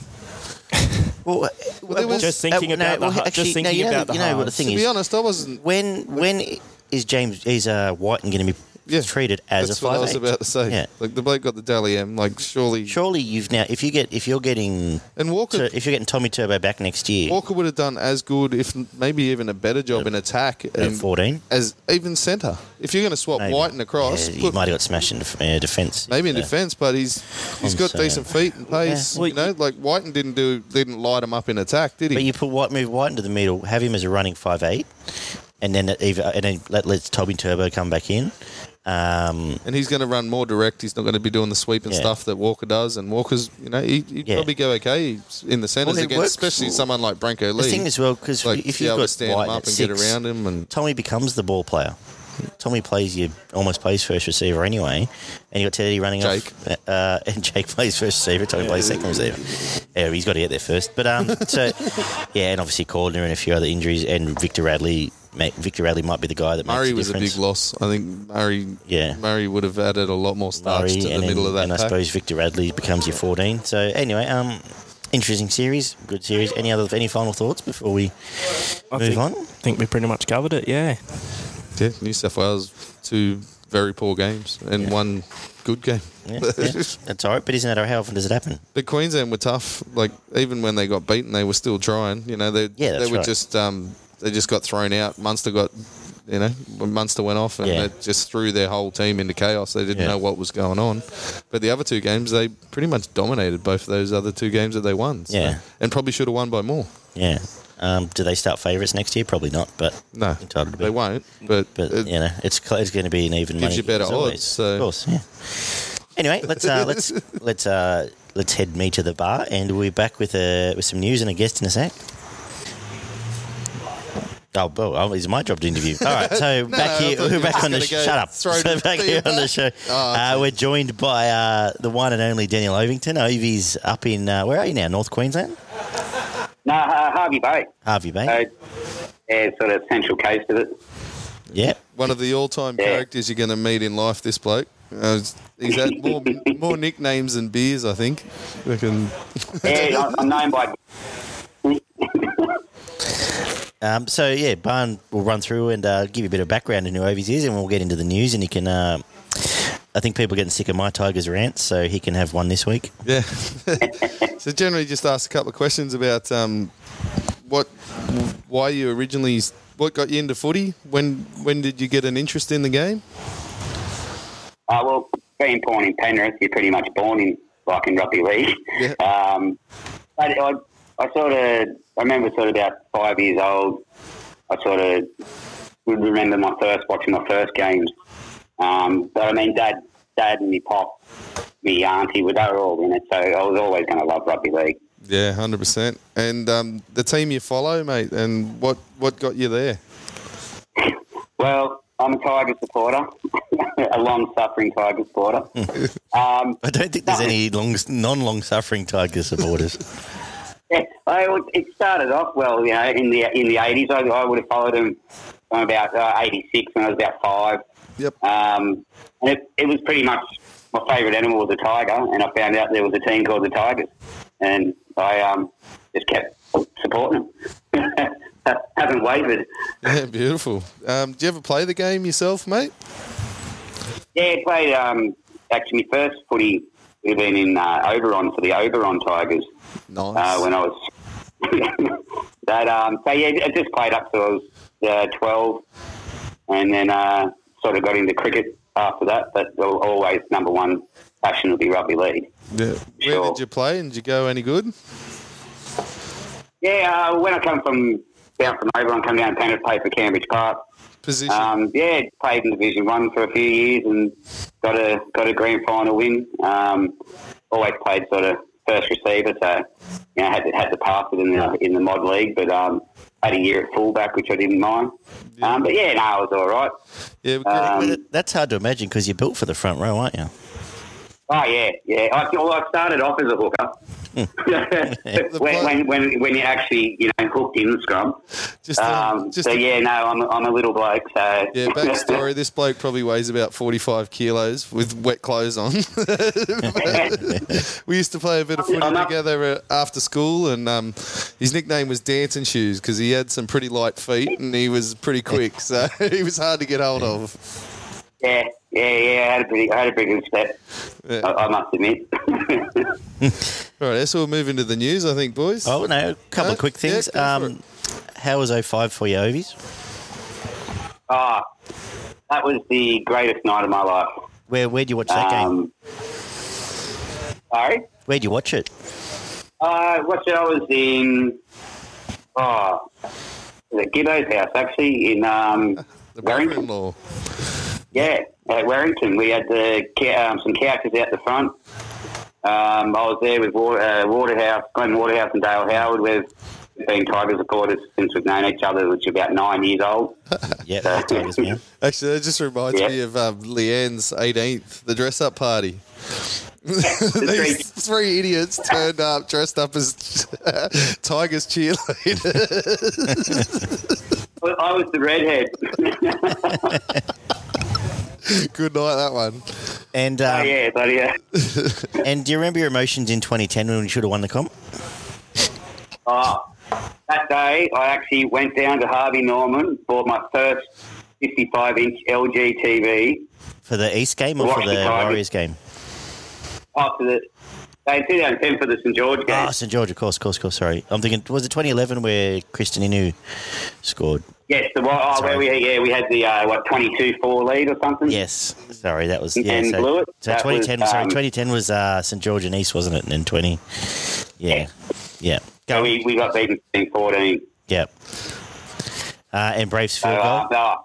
Speaker 1: well, uh,
Speaker 3: there was-
Speaker 2: Just thinking about the hu- just
Speaker 1: no,
Speaker 2: thinking
Speaker 1: you know,
Speaker 2: about the
Speaker 1: you know what the
Speaker 2: halves.
Speaker 1: thing
Speaker 3: To
Speaker 1: is.
Speaker 3: be honest, I wasn't
Speaker 1: when when is James is uh, Whiten going to be
Speaker 3: Yeah,
Speaker 1: treated as
Speaker 3: That's
Speaker 1: a five
Speaker 3: what I was about to say.
Speaker 1: Yeah.
Speaker 3: Like the bloke got the Dally M. Like surely,
Speaker 1: Surely you've now if you get if you're getting
Speaker 3: and Walker.
Speaker 1: Tur- if you're getting Tommy Turbo back next year
Speaker 3: Walker would have done as good, if n- maybe even a better job in attack
Speaker 1: at
Speaker 3: and-
Speaker 1: 14,
Speaker 3: as even centre. If you're going to swap
Speaker 1: maybe.
Speaker 3: White and across,
Speaker 1: yeah, you
Speaker 3: put-
Speaker 1: might have got smashed in def- uh, defence.
Speaker 3: maybe in
Speaker 1: Uh,
Speaker 3: defence, but he's he's
Speaker 1: I'm
Speaker 3: got
Speaker 1: saying.
Speaker 3: decent feet and pace.
Speaker 1: Yeah. Well,
Speaker 3: you know, like White and didn't do didn't light him up in attack, did
Speaker 1: But
Speaker 3: he?
Speaker 1: you put White move White into the middle, have him as a running five eight, and then it either, and then let let Toby Turbo come back in. Um,
Speaker 3: And he's going to run more direct. He's not going to be doing the sweep and
Speaker 1: Yeah.
Speaker 3: stuff that Walker does. And Walker's, you know, he, he'd
Speaker 1: Yeah.
Speaker 3: probably go okay in the centres
Speaker 1: Well, it
Speaker 3: against,
Speaker 1: works.
Speaker 3: especially someone like Branko Lee.
Speaker 1: the thing as well, because
Speaker 3: like,
Speaker 1: if
Speaker 3: be
Speaker 1: you've
Speaker 3: able to
Speaker 1: got
Speaker 3: stand
Speaker 1: White
Speaker 3: him up
Speaker 1: at
Speaker 3: and
Speaker 1: six,
Speaker 3: get around him, and
Speaker 1: Tommy becomes the ball player. Tommy plays your almost plays first receiver anyway, and you got Teddy running
Speaker 3: Jake.
Speaker 1: off, uh, *laughs* and Jake plays first receiver. Tommy plays second receiver. Yeah, he's got to get there first. But
Speaker 3: *laughs*
Speaker 1: um, so yeah, and obviously Cordner and a few other injuries, and Victor Radley. ma- Victor Radley might be the guy that
Speaker 3: Murray
Speaker 1: makes
Speaker 3: was
Speaker 1: the
Speaker 3: a
Speaker 1: difference.
Speaker 3: big loss. I think Murray,
Speaker 1: Yeah.
Speaker 3: Murray would have added a lot more starch
Speaker 1: Murray,
Speaker 3: to the
Speaker 1: and,
Speaker 3: middle
Speaker 1: then-
Speaker 3: of that
Speaker 1: and I
Speaker 3: pack.
Speaker 1: suppose Victor Radley becomes your 14. So anyway, um, interesting series, good series. Any other any final thoughts before we
Speaker 2: I
Speaker 1: move
Speaker 2: think,
Speaker 1: on?
Speaker 2: think we pretty much covered it. Yeah.
Speaker 3: Yeah, New South Wales, two very poor games and one good game. *laughs*
Speaker 1: Yeah, yeah. That's all right, but isn't that how often does it happen?
Speaker 3: But Queensland were tough. Like even when they got beaten, they were still trying. You know, they
Speaker 1: Yeah, that's
Speaker 3: they were
Speaker 1: right.
Speaker 3: just um, they just got thrown out. Munster got, you know, when Munster went off and
Speaker 1: Yeah.
Speaker 3: it just threw their whole team into chaos. They didn't
Speaker 1: Yeah.
Speaker 3: know what was going on. But the other two games, they pretty much dominated both of those other two games that they won. So-
Speaker 1: Yeah.
Speaker 3: and probably should have won by more.
Speaker 1: Yeah. Um, do they start favourites next year? Probably not, but
Speaker 3: No,
Speaker 1: Entitled to be.
Speaker 3: they won't. But, uh,
Speaker 1: but
Speaker 3: it-
Speaker 1: you know it's cl- it's going to be an even
Speaker 3: Gives
Speaker 1: money
Speaker 3: you better
Speaker 1: as always.
Speaker 3: odds, so-
Speaker 1: Of course. Yeah. Anyway, let's uh,
Speaker 3: *laughs*
Speaker 1: let's let's uh, let's head me to the bar, and we're back with uh, with some news and a guest in a sec. Oh, well, oh, it's my job to interview. All right,
Speaker 3: *laughs*
Speaker 1: so back
Speaker 3: I
Speaker 1: here,
Speaker 3: thought you
Speaker 1: we're
Speaker 3: were
Speaker 1: back
Speaker 3: just
Speaker 1: on the
Speaker 3: gonna
Speaker 1: sh-
Speaker 3: go
Speaker 1: shut up.
Speaker 3: throw
Speaker 1: So
Speaker 3: the
Speaker 1: back
Speaker 3: thing
Speaker 1: here on
Speaker 3: back.
Speaker 1: the show,
Speaker 3: Oh,
Speaker 1: uh, we're joined by uh, the one and only Daniel Ovington. Ovie's up in uh, where are you now? North Queensland,
Speaker 4: No, uh, Harvey Bay.
Speaker 1: Harvey Bay.
Speaker 4: So, yeah, sort of central case of it.
Speaker 1: yep.
Speaker 3: one of the all-time
Speaker 4: Yeah.
Speaker 3: characters you're going to meet in life. This bloke. Uh, he's had more *laughs* more nicknames than beers, I think. Fucking-
Speaker 4: Yeah, I'm- I'm known by.
Speaker 1: Um, so yeah, Barn will run through and uh, give you a bit of background into who Ovies is, and we'll get into the news. And he can, uh, I think people are getting sick of my Tigers rants, so he can have one this week.
Speaker 3: Yeah. *laughs* so generally, just ask a couple of questions about um, what, why you originally, what got you into footy? When when did you get an interest in the game?
Speaker 4: Uh, well, being born in Penrith, you're pretty much born in like in rugby league.
Speaker 3: Yeah.
Speaker 4: Um, but I, I sort of, I remember sort of about five years old. I sort of would remember my first watching my first games. Um, but I mean, dad, dad, and me pop, me auntie, we- they were all in it, so I was always going to love rugby league.
Speaker 3: Yeah, hundred percent. And um, the team you follow, mate, and what what got you there?
Speaker 4: Well, I'm a Tiger supporter, *laughs* a long-suffering Tiger supporter. um,
Speaker 1: I don't think there's any long, non-long suffering Tiger supporters.
Speaker 4: yeah, I was- it started off well, you know, in the in the eighties. I, I would have followed him from about uh, eighty-six when I was about five.
Speaker 3: Yep.
Speaker 4: Um, and it, it was pretty much my favourite animal was a tiger, and I found out there was a team called the Tigers, and I um, just kept supporting them. *laughs* Haven't wavered.
Speaker 3: *laughs* Yeah, beautiful. Um, do you ever play the game yourself, mate?
Speaker 4: Yeah, I played. Um, actually, my first footy would have been in uh, Oberon for the Oberon Tigers
Speaker 3: Nice.
Speaker 4: uh, when I was. *laughs* that um, so yeah, I just played up till I was uh, twelve, and then uh, sort of got into cricket after that. But al- always number one passion would be rugby league.
Speaker 3: yeah. Where
Speaker 4: sure.
Speaker 3: did you play? And did you go any good?
Speaker 4: Yeah, uh, when I come from down from Oberon, come down and Penrith, play for Cambridge Park.
Speaker 3: Position.
Speaker 4: Um, yeah, played in Division One for a few years and got a got a grand final win. Um, always played sort of first receiver, so you know had to had to pass it in the in the mod league, but um, had a year at fullback, which I didn't mind. Um, but yeah, no, I was all right.
Speaker 3: yeah. we-
Speaker 4: um,
Speaker 1: That's hard to imagine because you're built for the front row, aren't you?
Speaker 4: Oh yeah, yeah. I, well, I started off as a hooker.
Speaker 3: Hmm.
Speaker 4: *laughs* when, when, when, when you actually you know hooked in the scrum.
Speaker 3: just um,
Speaker 4: Um,
Speaker 3: just
Speaker 4: so yeah, no, I'm, I'm a little bloke. So
Speaker 3: *laughs* Yeah, backstory.
Speaker 4: *laughs*
Speaker 3: this bloke probably weighs about 45 kilos with wet clothes on. *laughs* we used to play a bit of footy
Speaker 4: I'm up-
Speaker 3: together uh, after school, and um, his nickname was Dancing Shoes because he had some pretty light feet and he was pretty *laughs* quick, so he was hard to get hold of.
Speaker 4: yeah, yeah, yeah. I had a pretty, I had a pretty good step.
Speaker 3: Yeah.
Speaker 4: I, I must admit. *laughs*
Speaker 3: All right, so we'll move into the news, I think, boys.
Speaker 1: Oh no, a couple
Speaker 3: No?
Speaker 1: of quick
Speaker 3: Yeah,
Speaker 1: things.
Speaker 3: go for
Speaker 1: um, how was 05 for you, Ovies?
Speaker 4: Ah, that was the greatest night of my life.
Speaker 1: Where where'd you watch that game?
Speaker 4: Um, sorry,
Speaker 1: Where'd you watch it?
Speaker 4: uh, what show I was in? Oh, at Gibbo's house actually in um,
Speaker 3: *laughs* The
Speaker 4: Warrington.
Speaker 3: brother-in-law.
Speaker 4: Yeah, at Warrington, we had the ca- um, some couches out the front. Um, I was there with Wa- uh, Waterhouse, Glenn Waterhouse, and Dale Howard. We've been Tiger supporters since we've known each other, which is about nine years old.
Speaker 1: Yeah, that tigers, man.
Speaker 3: Actually, that just reminds
Speaker 4: Yeah.
Speaker 3: me of um, Leanne's 18th, the dress up party. *laughs* These three idiots turned up dressed up as *laughs* Tigers cheerleaders.
Speaker 4: I I was the redhead.
Speaker 3: *laughs*
Speaker 4: *laughs*
Speaker 3: Good night, that one.
Speaker 1: And um,
Speaker 4: Oh, yeah, but yeah.
Speaker 1: and do you remember your emotions in 2010 when you should have won the comp?
Speaker 4: Uh, that day, I actually went down to Harvey Norman, bought my first 55 inch LG TV.
Speaker 1: For the East game or
Speaker 4: Watch
Speaker 1: for
Speaker 4: the
Speaker 1: the
Speaker 4: Tigers.
Speaker 1: Warriors game?
Speaker 4: After the, they did down 10 for the St George game.
Speaker 1: Ah, St George, of course, of course, of course. Sorry, I'm thinking. Was it 2011 where Christian Inu scored?
Speaker 4: Yes, the one- oh, where we yeah we had the uh, what twenty two four lead or something.
Speaker 1: Yes. Sorry, that was yeah.
Speaker 4: And
Speaker 1: so,
Speaker 4: blew it.
Speaker 1: so
Speaker 4: That
Speaker 1: 2010.
Speaker 4: was,
Speaker 1: sorry,
Speaker 4: um,
Speaker 1: 2010 was uh, St George and East, wasn't it? And then 20. Yeah. Yeah.
Speaker 4: So we, we got beaten 15 14.
Speaker 1: Yeah. Uh, and Braves
Speaker 4: So,
Speaker 1: field
Speaker 4: uh,
Speaker 1: goal.
Speaker 4: no.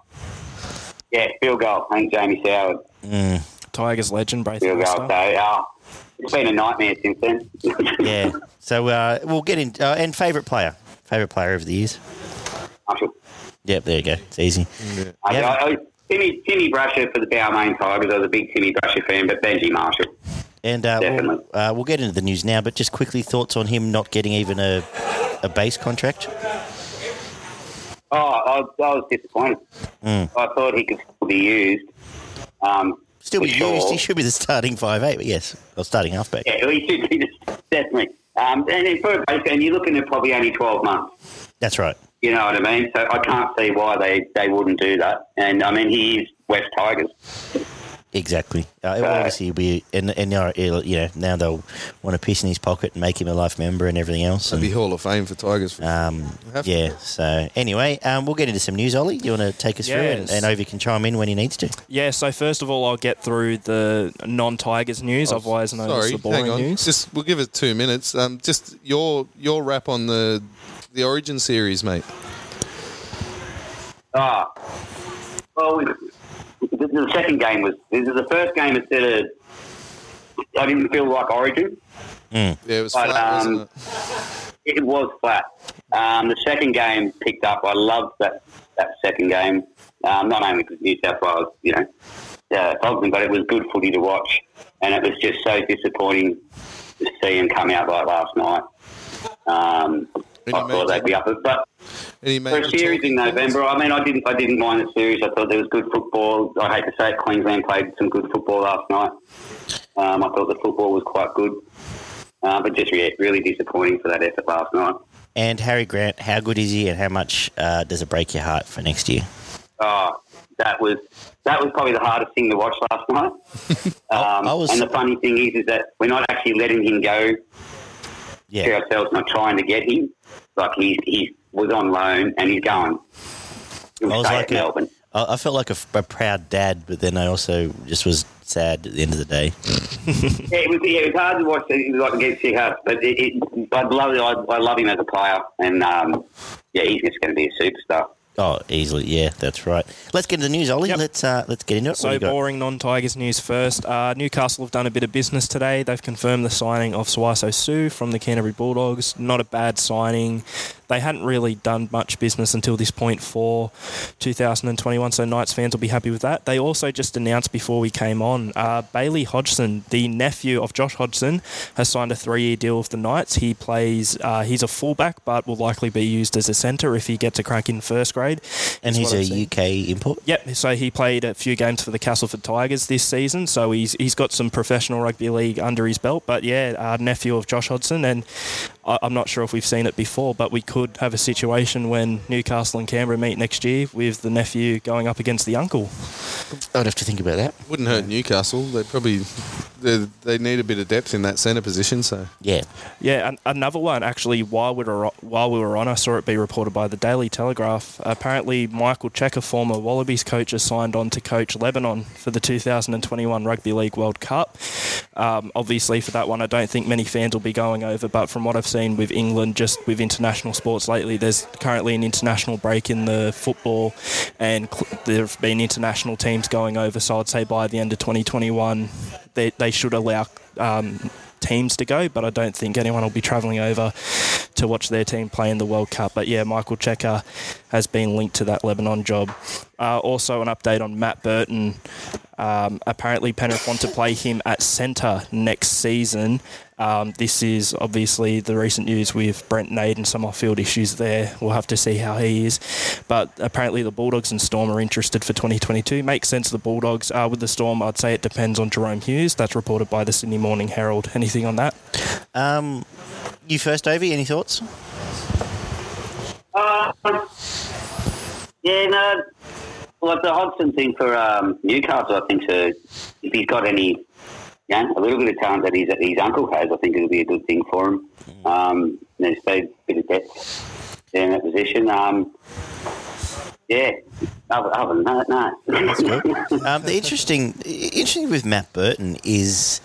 Speaker 4: yeah, field goal. I think Jamie Soward
Speaker 2: Tigers legend, Braithwaite.
Speaker 4: field goal. So
Speaker 2: star.
Speaker 4: uh, it's been a nightmare since then.
Speaker 1: Yeah. So uh, we'll get in. Uh, and favorite player, favorite player of the years.
Speaker 4: *laughs* Marshall.
Speaker 1: Yep. There you go. It's easy.
Speaker 4: I,
Speaker 1: Yeah.
Speaker 4: I, I, Timmy Timmy Brasher for the Balmain Tigers. I was a big Timmy Brasher fan, but Benji Marshall.
Speaker 1: And uh, we'll,
Speaker 4: Definitely.
Speaker 1: uh, we'll get into the news now, but just quickly thoughts on him not getting even a a base contract.
Speaker 4: Oh, I, was- I was disappointed.
Speaker 1: Mm.
Speaker 4: I thought he could still be used. Um,
Speaker 1: Still be
Speaker 4: for sure.
Speaker 1: used. He should be the starting five eight. But yes, or starting halfback.
Speaker 4: Yeah, he should be *laughs* just definitely. Um, and then for a base, and you're looking at probably only 12 months.
Speaker 1: That's right.
Speaker 4: You know what I mean? So I can't see why they, they wouldn't do that. And I mean, he is West Tigers.
Speaker 1: Exactly. Uh, well,
Speaker 4: Right.
Speaker 1: obviously, he'll be and and now it'll- you know now they'll want a piece in his pocket and make him a life member and everything else.
Speaker 3: That'd be
Speaker 1: And,
Speaker 3: Hall of Fame for Tigers.
Speaker 1: um,
Speaker 3: Have to.
Speaker 1: yeah. So anyway, um, we'll get into some news. Ollie, you want to take us
Speaker 2: Yes.
Speaker 1: through, and, and Ovi can chime in when he needs to.
Speaker 2: Yeah, so first of all, I'll get through the non-Tigers news, otherwise known as
Speaker 3: Oh, Sorry,
Speaker 2: the boring
Speaker 3: hang on.
Speaker 2: news.
Speaker 3: Just we'll give it two minutes. Um, just your your wrap on the the Origin series, mate.
Speaker 4: Ah, well, we, this is the second game was this is the first game instead of I didn't feel like Origin.
Speaker 3: Yeah, it was
Speaker 4: But,
Speaker 3: flat,
Speaker 4: um,
Speaker 3: wasn't it?
Speaker 4: It was flat. Um, the second game picked up. I loved that that second game. Um, not only because New South Wales, you know, uh, Thompson, but it was good footy to watch, and it was just so disappointing to see him come out like last night. Um, I
Speaker 3: Any
Speaker 4: thought they'd be up, but
Speaker 3: Any
Speaker 4: for a
Speaker 3: major
Speaker 4: series in
Speaker 3: talking points?
Speaker 4: November, I mean, I didn't, I didn't mind the series. I thought there was good football. I hate to say it, Queensland played some good football last night. Um, I thought the football was quite good, uh, but just re- really disappointing for that effort last night.
Speaker 1: And Harry Grant, how good is he, and how much uh, does it break your heart for next year?
Speaker 4: Oh, that was that was probably the hardest thing to watch last night. Um,
Speaker 1: *laughs* I was-
Speaker 4: and the funny thing is, is that we're not actually letting him go
Speaker 1: Yeah.
Speaker 4: to ourselves. Not trying to get him. Like he he was on loan and he's going. He'll
Speaker 1: I was
Speaker 4: stay
Speaker 1: like
Speaker 4: at
Speaker 1: a-
Speaker 4: Melbourne.
Speaker 1: I, I felt like a, f- a proud dad, but then I also just was sad at the end of the day.
Speaker 4: Yeah, it was, yeah, it was hard to watch. It was like against your heart, but it, it, I love I, I love him as a player, and um, yeah, he's just going to be a superstar.
Speaker 1: Oh, easily, yeah, that's right. Let's get into the news, Ollie.
Speaker 2: Yep.
Speaker 1: Let's uh, let's get into it. What do
Speaker 2: So
Speaker 1: you got?
Speaker 2: boring non-Tigers news first. Uh, Newcastle have done a bit of business today. They've confirmed the signing of Suaso Su from the Canterbury Bulldogs. Not a bad signing. They hadn't really done much business until this point for 2021, so Knights fans will be happy with that. They also just announced before we came on, uh, Bailey Hodgson, the nephew of Josh Hodgson, has signed a three-year deal with the Knights. He plays. Uh, he's a fullback, but will likely be used as a centre if he gets a crack in first grade.
Speaker 1: and
Speaker 2: is
Speaker 1: he's
Speaker 2: what I've seen.
Speaker 1: a UK import.
Speaker 2: Yep. So he played a few games for the Castleford Tigers this season. So he's he's got some professional rugby league under his belt. But yeah, uh, nephew of Josh Hodgson, and I, I'm not sure if we've seen it before, but we could have a situation when Newcastle and Canberra meet next year with the nephew going up against the uncle.
Speaker 1: I'd have to think about that.
Speaker 3: Wouldn't hurt Newcastle. They'd probably they, they need a bit of depth in that centre position. So
Speaker 1: Yeah.
Speaker 2: Yeah, an- another one actually. While we were while we were on, I saw it be reported by the Daily Telegraph. Apparently, Michael Checker, former Wallabies coach, has signed on to coach Lebanon for the 2021 Rugby League World Cup. Um, obviously, for that one, I don't think many fans will be going over. But from what I've seen with England, just with international sports lately, there's currently an international break in the football, and cl- there have been international teams going over. So I'd say by the end of 2021, they they should allow. Um, teams to go, but I don't think anyone will be travelling over to watch their team play in the World Cup. But yeah, Michael Checker has been linked to that Lebanon job. Uh, also, an update on Matt Burton. Um, apparently, Penrith want to play him at centre next season. Um, this is obviously the recent news with Brent Nade and some off-field issues there. We'll have to see how he is. But apparently, the Bulldogs and Storm are interested for 2022. Makes sense. The Bulldogs uh, with the Storm. I'd say it depends on Jerome Hughes. That's reported by the Sydney Morning Herald. Anything on that?
Speaker 1: Um, you first, Ovie. Any thoughts?
Speaker 4: Uh, yeah, no. Well, the Hodgson thing for um, Newcastle, I think, so if he's got any, yeah, a little bit of talent that his, that his uncle has, I think it'll be a good thing for him.
Speaker 1: Hmm.
Speaker 4: Um, there's a bit of depth there in that position. Um, yeah, other, other than that, no.
Speaker 1: Um, the interesting, i- interesting with Matt Burton is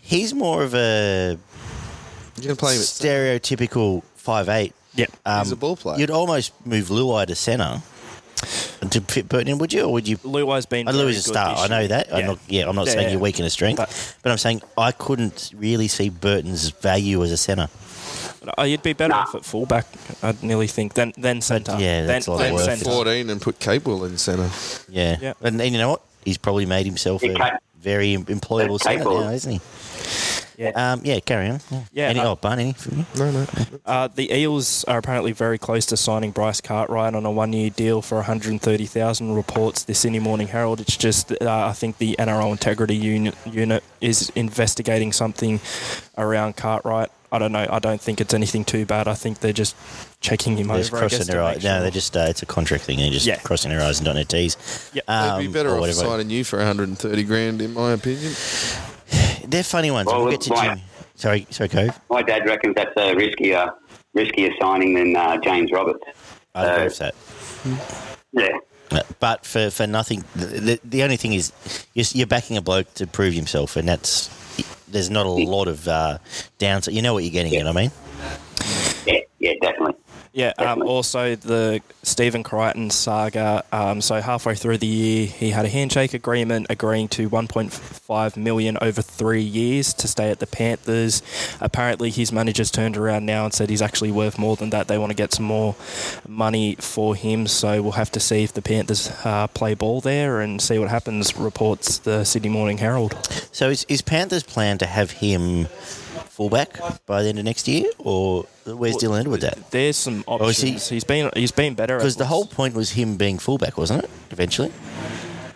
Speaker 1: he's more of a
Speaker 3: you can play him. at-
Speaker 1: stereotypical five eight. Um,
Speaker 2: Yep.
Speaker 1: Uh,
Speaker 3: He's a ball player.
Speaker 1: You'd almost move Luai to centre to fit Burton in, would you? Or would you?
Speaker 2: Luai's been.
Speaker 1: I
Speaker 2: very
Speaker 1: Louis a
Speaker 2: good
Speaker 1: star.
Speaker 2: this
Speaker 1: I know
Speaker 2: year.
Speaker 1: that. I'm
Speaker 2: Yeah.
Speaker 1: not, yeah, I'm not
Speaker 2: Yeah,
Speaker 1: saying
Speaker 2: yeah.
Speaker 1: you're weak in a strength,
Speaker 2: But-
Speaker 1: but, I'm saying I couldn't really see Burton's value as a centre.
Speaker 2: But, uh, you'd be better off at fullback. I'd nearly think than than centre.
Speaker 1: Yeah, that's a
Speaker 2: than,
Speaker 1: lot of
Speaker 2: than
Speaker 1: work.
Speaker 2: centre.
Speaker 3: Fourteen and put Capewell in centre.
Speaker 1: Yeah.
Speaker 2: Yeah.
Speaker 1: And, and you know what? He's probably made himself
Speaker 4: He
Speaker 1: a
Speaker 4: can't-
Speaker 1: very em- employable centre
Speaker 4: capable.
Speaker 1: now, isn't he?
Speaker 2: Yeah.
Speaker 1: Um, yeah, carry on. Yeah.
Speaker 2: Yeah,
Speaker 1: Any,
Speaker 2: uh,
Speaker 1: oh, Barney. from you?
Speaker 3: No, no.
Speaker 2: Uh, the Eels are apparently very close to signing Bryce Cartwright on a one-year deal for 130,000. Reports the Sydney Morning Herald. It's just uh, I think the NRL Integrity Unit, unit is investigating something around Cartwright. I don't know. I don't think it's anything too bad. I think they're just checking him
Speaker 1: They're just
Speaker 2: over. I
Speaker 1: crossing
Speaker 2: guess, to
Speaker 1: their eyes.
Speaker 2: make
Speaker 1: No,
Speaker 2: sure.
Speaker 1: they're just, uh, it's a contract thing. They're just
Speaker 2: Yeah.
Speaker 1: crossing their eyes and dotting their T's.
Speaker 2: Yep.
Speaker 1: Um,
Speaker 3: They'd be better
Speaker 1: or
Speaker 3: off
Speaker 1: whatever.
Speaker 3: signing you for 130 grand, in my opinion.
Speaker 1: They're funny ones.
Speaker 4: Well,
Speaker 1: we'll get to
Speaker 4: my-
Speaker 1: Jimmy. Sorry, sorry, Cove.
Speaker 4: *laughs* My dad reckons that's a riskier, riskier signing than uh, James Roberts.
Speaker 1: I
Speaker 4: Uh,
Speaker 1: agree with that.
Speaker 4: Yeah.
Speaker 1: But for, for nothing, the, the, the only thing is you're, you're backing a bloke to prove himself, and that's there's not a lot of uh, downside. You know what you're getting at, I mean?
Speaker 4: Yeah, yeah, definitely.
Speaker 2: Yeah, um,
Speaker 4: Definitely.
Speaker 2: also the Stephen Crichton saga. Um, so halfway through the year, he had a handshake agreement agreeing to 1.5 million over three years to stay at the Panthers. Apparently, his manager's turned around now and said he's actually worth more than that. They want to get some more money for him. So we'll have to see if the Panthers uh, play ball there and see what happens. Reports the Sydney Morning Herald.
Speaker 1: So is, is Panthers' plan to have him fullback by the end of next year, or where's Dylan Edwards at?
Speaker 2: There's some
Speaker 1: Oh, is he-
Speaker 2: options. he, has been he's been better at-
Speaker 1: Because the whole point was him being fullback, wasn't it? Eventually,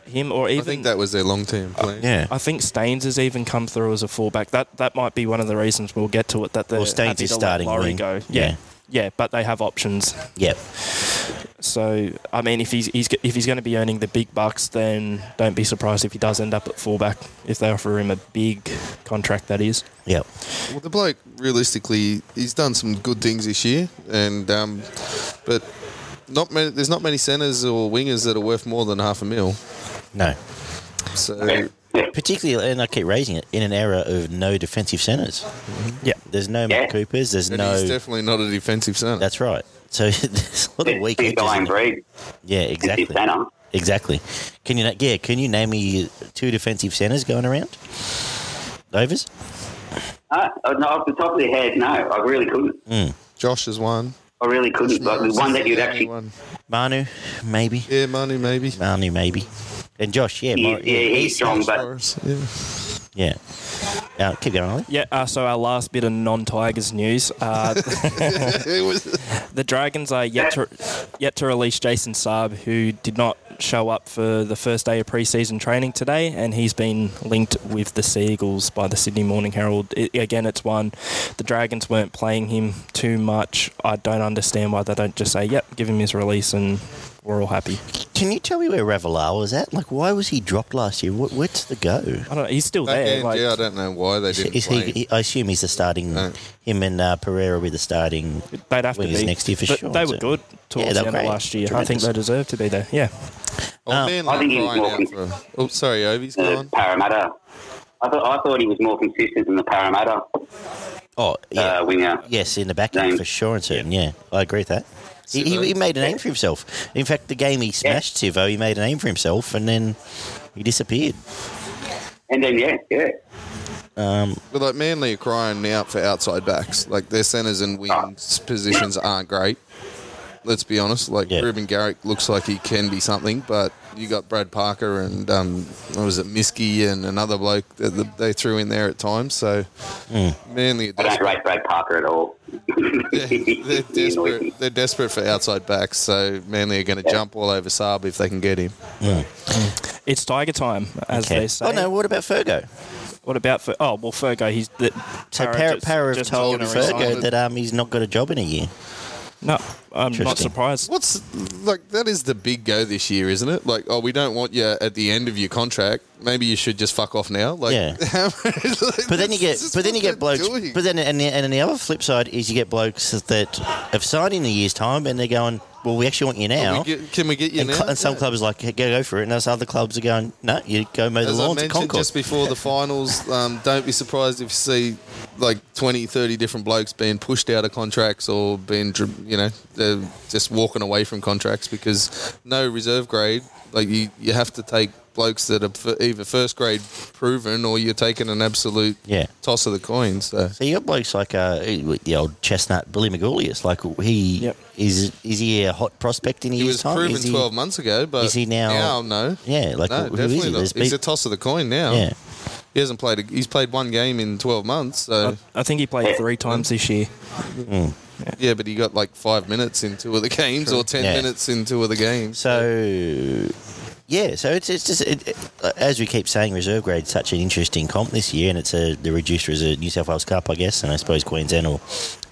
Speaker 2: him or even
Speaker 3: I think that was their long-term plan.
Speaker 1: yeah.
Speaker 2: I think Staines has even come through as a fullback. That that might be one of the reasons we'll get to it. That they're
Speaker 1: Well, Staines
Speaker 2: happy
Speaker 1: is
Speaker 2: to let
Speaker 1: starting
Speaker 2: Laurie
Speaker 1: wing.
Speaker 2: go. Yeah.
Speaker 1: Yeah.
Speaker 2: yeah, but they have options.
Speaker 1: Yeah,
Speaker 2: So I mean, if he's, he's if he's going to be earning the big bucks, then don't be surprised if he does end up at fullback if they offer him a big contract. That is.
Speaker 1: yeah.
Speaker 3: Well, the bloke, realistically, he's done some good things this year, and um, but not many, there's not many centres or wingers that are worth more than half a mil.
Speaker 1: No,
Speaker 3: So
Speaker 4: Yeah. yeah.
Speaker 1: particularly, and I keep raising it in an era of no defensive centers.
Speaker 2: Yeah.
Speaker 1: There's no Matt
Speaker 4: Yeah.
Speaker 1: Coopers. There's
Speaker 3: and
Speaker 1: no.
Speaker 3: he's definitely not a defensive centre.
Speaker 1: That's right. So *laughs* there's a lot of
Speaker 4: He's
Speaker 1: weak
Speaker 4: a
Speaker 1: edges
Speaker 4: dying
Speaker 1: in there.
Speaker 4: breed.
Speaker 1: Yeah,
Speaker 4: Exactly.
Speaker 1: exactly.
Speaker 4: Center.
Speaker 1: Exactly. Can you? na- Yeah. Can you name me two defensive centers going around? Overs.
Speaker 4: Uh, no, off the top of the head, no, I really couldn't.
Speaker 1: Hmm.
Speaker 3: Josh is one.
Speaker 4: I really couldn't. Like, the one that you'd
Speaker 3: Yeah,
Speaker 4: actually,
Speaker 3: one.
Speaker 1: Manu, maybe.
Speaker 3: Yeah, Manu maybe.
Speaker 1: Manu, maybe. And Josh, yeah,
Speaker 4: yeah,
Speaker 1: Mar-
Speaker 4: yeah, he's strong, but
Speaker 3: Morris, yeah. *laughs*
Speaker 1: yeah. Uh, keep going, Ollie.
Speaker 2: Yeah. Uh, so our last bit of non-Tigers news.
Speaker 1: *laughs*
Speaker 2: Uh,
Speaker 3: It was-
Speaker 2: The Dragons are yet to yet to release Jason Saab, who did not show up for the first day of preseason training today, and he's been linked with the Seagulls by the Sydney Morning Herald. I again, it's one. The Dragons weren't playing him too much. I don't understand why they don't just say, "Yep, give him his release and." we're all happy.
Speaker 1: Can you tell me where Ravelar was at? Like, why was he dropped last year? Wh- where's the go?
Speaker 2: I don't know. He's still
Speaker 3: Back
Speaker 2: there.
Speaker 3: end,
Speaker 2: like,
Speaker 3: yeah, I don't know why they didn't
Speaker 1: Is
Speaker 3: play.
Speaker 1: he, he- I assume he's the starting.
Speaker 3: No.
Speaker 1: Him and uh, Pereira will be the starting.
Speaker 2: they'd have to
Speaker 1: Wingers
Speaker 2: be
Speaker 1: next year for
Speaker 2: but
Speaker 1: sure,
Speaker 2: They
Speaker 1: so-
Speaker 2: were good towards
Speaker 1: Yeah,
Speaker 2: the
Speaker 1: they're
Speaker 2: end of
Speaker 1: great.
Speaker 2: last year. I think
Speaker 1: Tremendous.
Speaker 2: they deserve to be there. Yeah.
Speaker 3: oh,
Speaker 1: Um,
Speaker 3: man,
Speaker 4: I think he was
Speaker 3: Ryan
Speaker 4: more
Speaker 3: out for- oh, sorry, Ovi's
Speaker 4: the
Speaker 3: gone.
Speaker 4: uh, Parramatta. I thought I thought he was more consistent than the Parramatta
Speaker 1: Oh yeah,
Speaker 4: uh, winger.
Speaker 1: yes, in the back end
Speaker 4: Name.
Speaker 1: for sure and certain. Yeah, I agree with that. He, he, he made a name for himself. In fact, the game he smashed Sivo, he made a name for himself, and then he disappeared.
Speaker 4: And then yeah, yeah.
Speaker 3: But like Manly are crying out for outside backs. Like their centres and wings positions aren't great. Let's be honest. Like
Speaker 1: Yeah.
Speaker 3: Ruben Garrick looks like he can be something, but you got Brad Parker and um, what was it Miskey and another bloke that th- they threw in there at times. So Manly are
Speaker 4: I don't
Speaker 3: desperate.
Speaker 4: rate Brad Parker at all.
Speaker 3: *laughs*
Speaker 4: *laughs*
Speaker 3: They're desperate. They're desperate for outside backs. So Manly are going to jump all over Saab if they can get him.
Speaker 2: It's Tiger time, as
Speaker 1: Okay.
Speaker 2: they say.
Speaker 1: Oh no, what about Fergo?
Speaker 2: What about for? Oh well, Fergo. He's the,
Speaker 1: So
Speaker 2: Parra
Speaker 1: Parra,
Speaker 2: just-
Speaker 1: Parra have
Speaker 2: just
Speaker 1: told
Speaker 2: gonna
Speaker 3: resign.
Speaker 1: Fergo that um, he's not got a job in a year.
Speaker 2: No, I'm
Speaker 1: Interesting.
Speaker 2: not surprised.
Speaker 3: What's like that is the big go this year, isn't it? Like, oh, we don't want you at the end of your contract. Maybe you should just fuck off now. Like, *laughs*
Speaker 1: Yeah.
Speaker 3: but
Speaker 1: But then you get, but then you get blokes. But then, and the, and the other flip side is you get blokes that have signed in a year's time, and they're going, "Well, we actually want you now."
Speaker 3: can we get you
Speaker 1: and,
Speaker 3: now?
Speaker 1: cl- and some
Speaker 3: Yeah.
Speaker 1: clubs are like go, go for it, and those other clubs are going, "No, you go mow the
Speaker 3: As I
Speaker 1: lawn to
Speaker 3: mentioned
Speaker 1: Concord."
Speaker 3: just before the finals, um, don't be surprised if you see like 20, 30 different blokes being pushed out of contracts or being, dri- you know, uh, just walking away from contracts because no reserve grade. Like you, you have to take blokes that are f- either first grade proven or you're taking an absolute
Speaker 1: Yeah.
Speaker 3: toss of the coin. So
Speaker 1: so you got blokes like uh, the old chestnut Billy McGoulius. Like he
Speaker 2: Yep.
Speaker 1: is is he a hot prospect in a
Speaker 3: he
Speaker 1: year's
Speaker 3: was
Speaker 1: time?
Speaker 3: proven
Speaker 1: Is he-
Speaker 3: 12 months ago, but
Speaker 1: is he now-
Speaker 3: no.
Speaker 1: Yeah, like
Speaker 3: no,
Speaker 1: who
Speaker 3: definitely
Speaker 1: is he?
Speaker 3: not.
Speaker 1: There's
Speaker 3: He's
Speaker 1: big-
Speaker 3: a oh. toss of the coin now.
Speaker 1: Yeah,
Speaker 3: He hasn't played. A, he's played one game in 12 months. So
Speaker 2: I, I think he played three times this year.
Speaker 3: Yeah, but he got like five minutes in two of the games, or ten
Speaker 1: Yeah.
Speaker 3: minutes in two of the games.
Speaker 1: So, yeah, so it's, it's just, it, it- as we keep saying, reserve grade's such an interesting comp this year, and it's a the reduced reserve New South Wales Cup, I guess, and I suppose Queensland will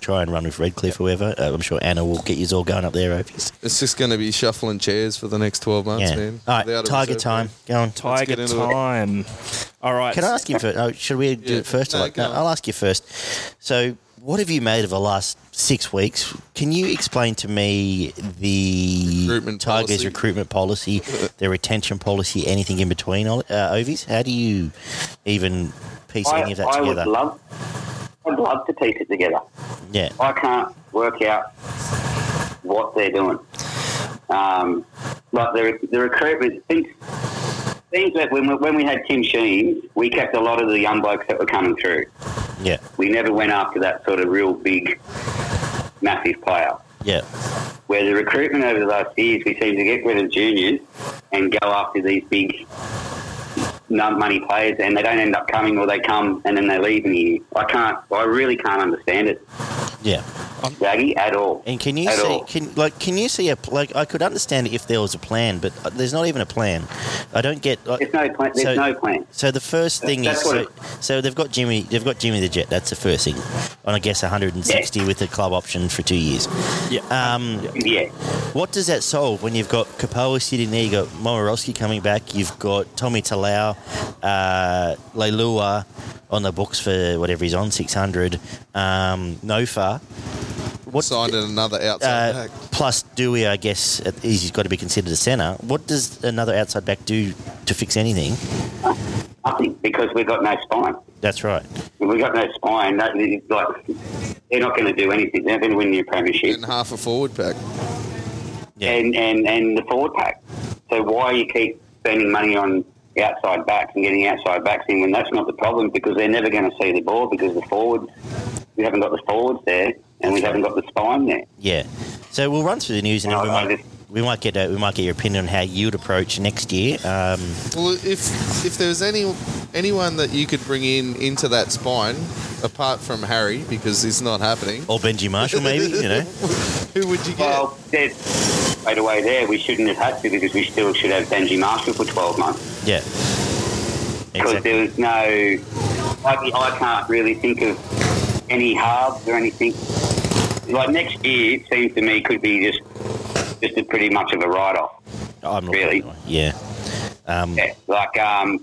Speaker 1: try and run with Redcliffe, whoever. Uh, I'm sure Anna will get you all going up there, Ophies.
Speaker 3: It's just going to be shuffling chairs for the next twelve months,
Speaker 1: Yeah.
Speaker 3: man.
Speaker 1: All
Speaker 3: Without
Speaker 1: right,
Speaker 3: a
Speaker 1: Tiger
Speaker 3: reserve
Speaker 1: time.
Speaker 3: player.
Speaker 1: Go on.
Speaker 3: Let's get
Speaker 2: Tiger
Speaker 3: into it.
Speaker 2: time. All right.
Speaker 1: Can I ask you first? Oh, should we do
Speaker 3: Yeah.
Speaker 1: it first? or
Speaker 3: No,
Speaker 1: what?
Speaker 3: go
Speaker 1: no,
Speaker 3: on.
Speaker 1: I'll ask you first. So, what have you made of the last six weeks? Can you explain to me the
Speaker 3: Recruitment
Speaker 1: Tigers'
Speaker 3: policy.
Speaker 1: recruitment
Speaker 3: *laughs*
Speaker 1: policy, their retention policy, anything in between, Oli- uh, Ovies? How do you even piece
Speaker 4: I,
Speaker 1: any of that
Speaker 4: I would
Speaker 1: together?
Speaker 4: love, I'd love to piece it together.
Speaker 1: yeah,
Speaker 4: I can't work out what they're doing. Um, like the, the recruitment things, things that when we, when we had Tim Sheen, we kept a lot of the young blokes that were coming through.
Speaker 1: yeah,
Speaker 4: We never went after that sort of real big, massive player.
Speaker 1: yeah,
Speaker 4: Where the recruitment over the last years, we seem to get rid of juniors and go after these big nut money players, and they don't end up coming, or they come and then they leave in the year. I can't, I really can't understand it,
Speaker 1: yeah.
Speaker 4: Zaggy, at all.
Speaker 1: And can you
Speaker 4: At
Speaker 1: see?
Speaker 4: all.
Speaker 1: Can like can you see a pl- like? I could understand if there was a plan, but uh, there's not even a plan. I don't get. Like,
Speaker 4: There's no plan. There's
Speaker 1: So-
Speaker 4: no plan.
Speaker 1: So the first thing
Speaker 4: That's
Speaker 1: is,
Speaker 4: what
Speaker 1: so,
Speaker 4: it-
Speaker 1: so they've got Jimmy, they've got Jimmy the Jet. That's the first thing, on I guess 160 with the club option for two years.
Speaker 2: Yeah.
Speaker 1: Um,
Speaker 4: Yeah,
Speaker 1: What does that solve when you've got Kapoa sitting there, you've got Momorowski coming back, you've got Tommy Talau, uh, Leilua on the books for whatever he's on 600, um, Nofa. What
Speaker 3: Signed another outside
Speaker 1: uh,
Speaker 3: back.
Speaker 1: plus Dewey, I guess, at- he's got to be considered a centre. What does another outside back do to fix anything?
Speaker 4: I think because we've got no spine.
Speaker 1: That's right.
Speaker 4: If We've got no spine. That, like they're not going to do anything. They're not going to win the premiership.
Speaker 3: And half a forward pack.
Speaker 1: Yeah.
Speaker 4: and, and, and the forward pack. So why you keep spending money on outside backs and getting outside backs in when that's not the problem because they're never going to see the ball because the forwards we haven't got the forwards there and we haven't got the spine there.
Speaker 1: Yeah. So we'll run through the news and then
Speaker 4: No,
Speaker 1: we
Speaker 4: no,
Speaker 1: might
Speaker 4: this-
Speaker 1: we might get uh, we might get your opinion on how you'd approach next year. Um,
Speaker 3: Well, if if there was any anyone that you could bring in into that spine, apart from Harry, because it's not happening,
Speaker 1: or Benji Marshall, maybe you
Speaker 4: *laughs*
Speaker 1: know.
Speaker 3: who would you get?
Speaker 4: Well, there's right away there. We shouldn't have had to because we still should have Benji Marshall for 12 months
Speaker 1: Yeah.
Speaker 4: because
Speaker 1: Exactly.
Speaker 4: there was no. I, I can't really think of any halves or anything. Like next year, it seems to me could be just just a pretty much of a write off.
Speaker 1: I'm not
Speaker 4: Really?
Speaker 1: Yeah. Um,
Speaker 4: Yeah, like um,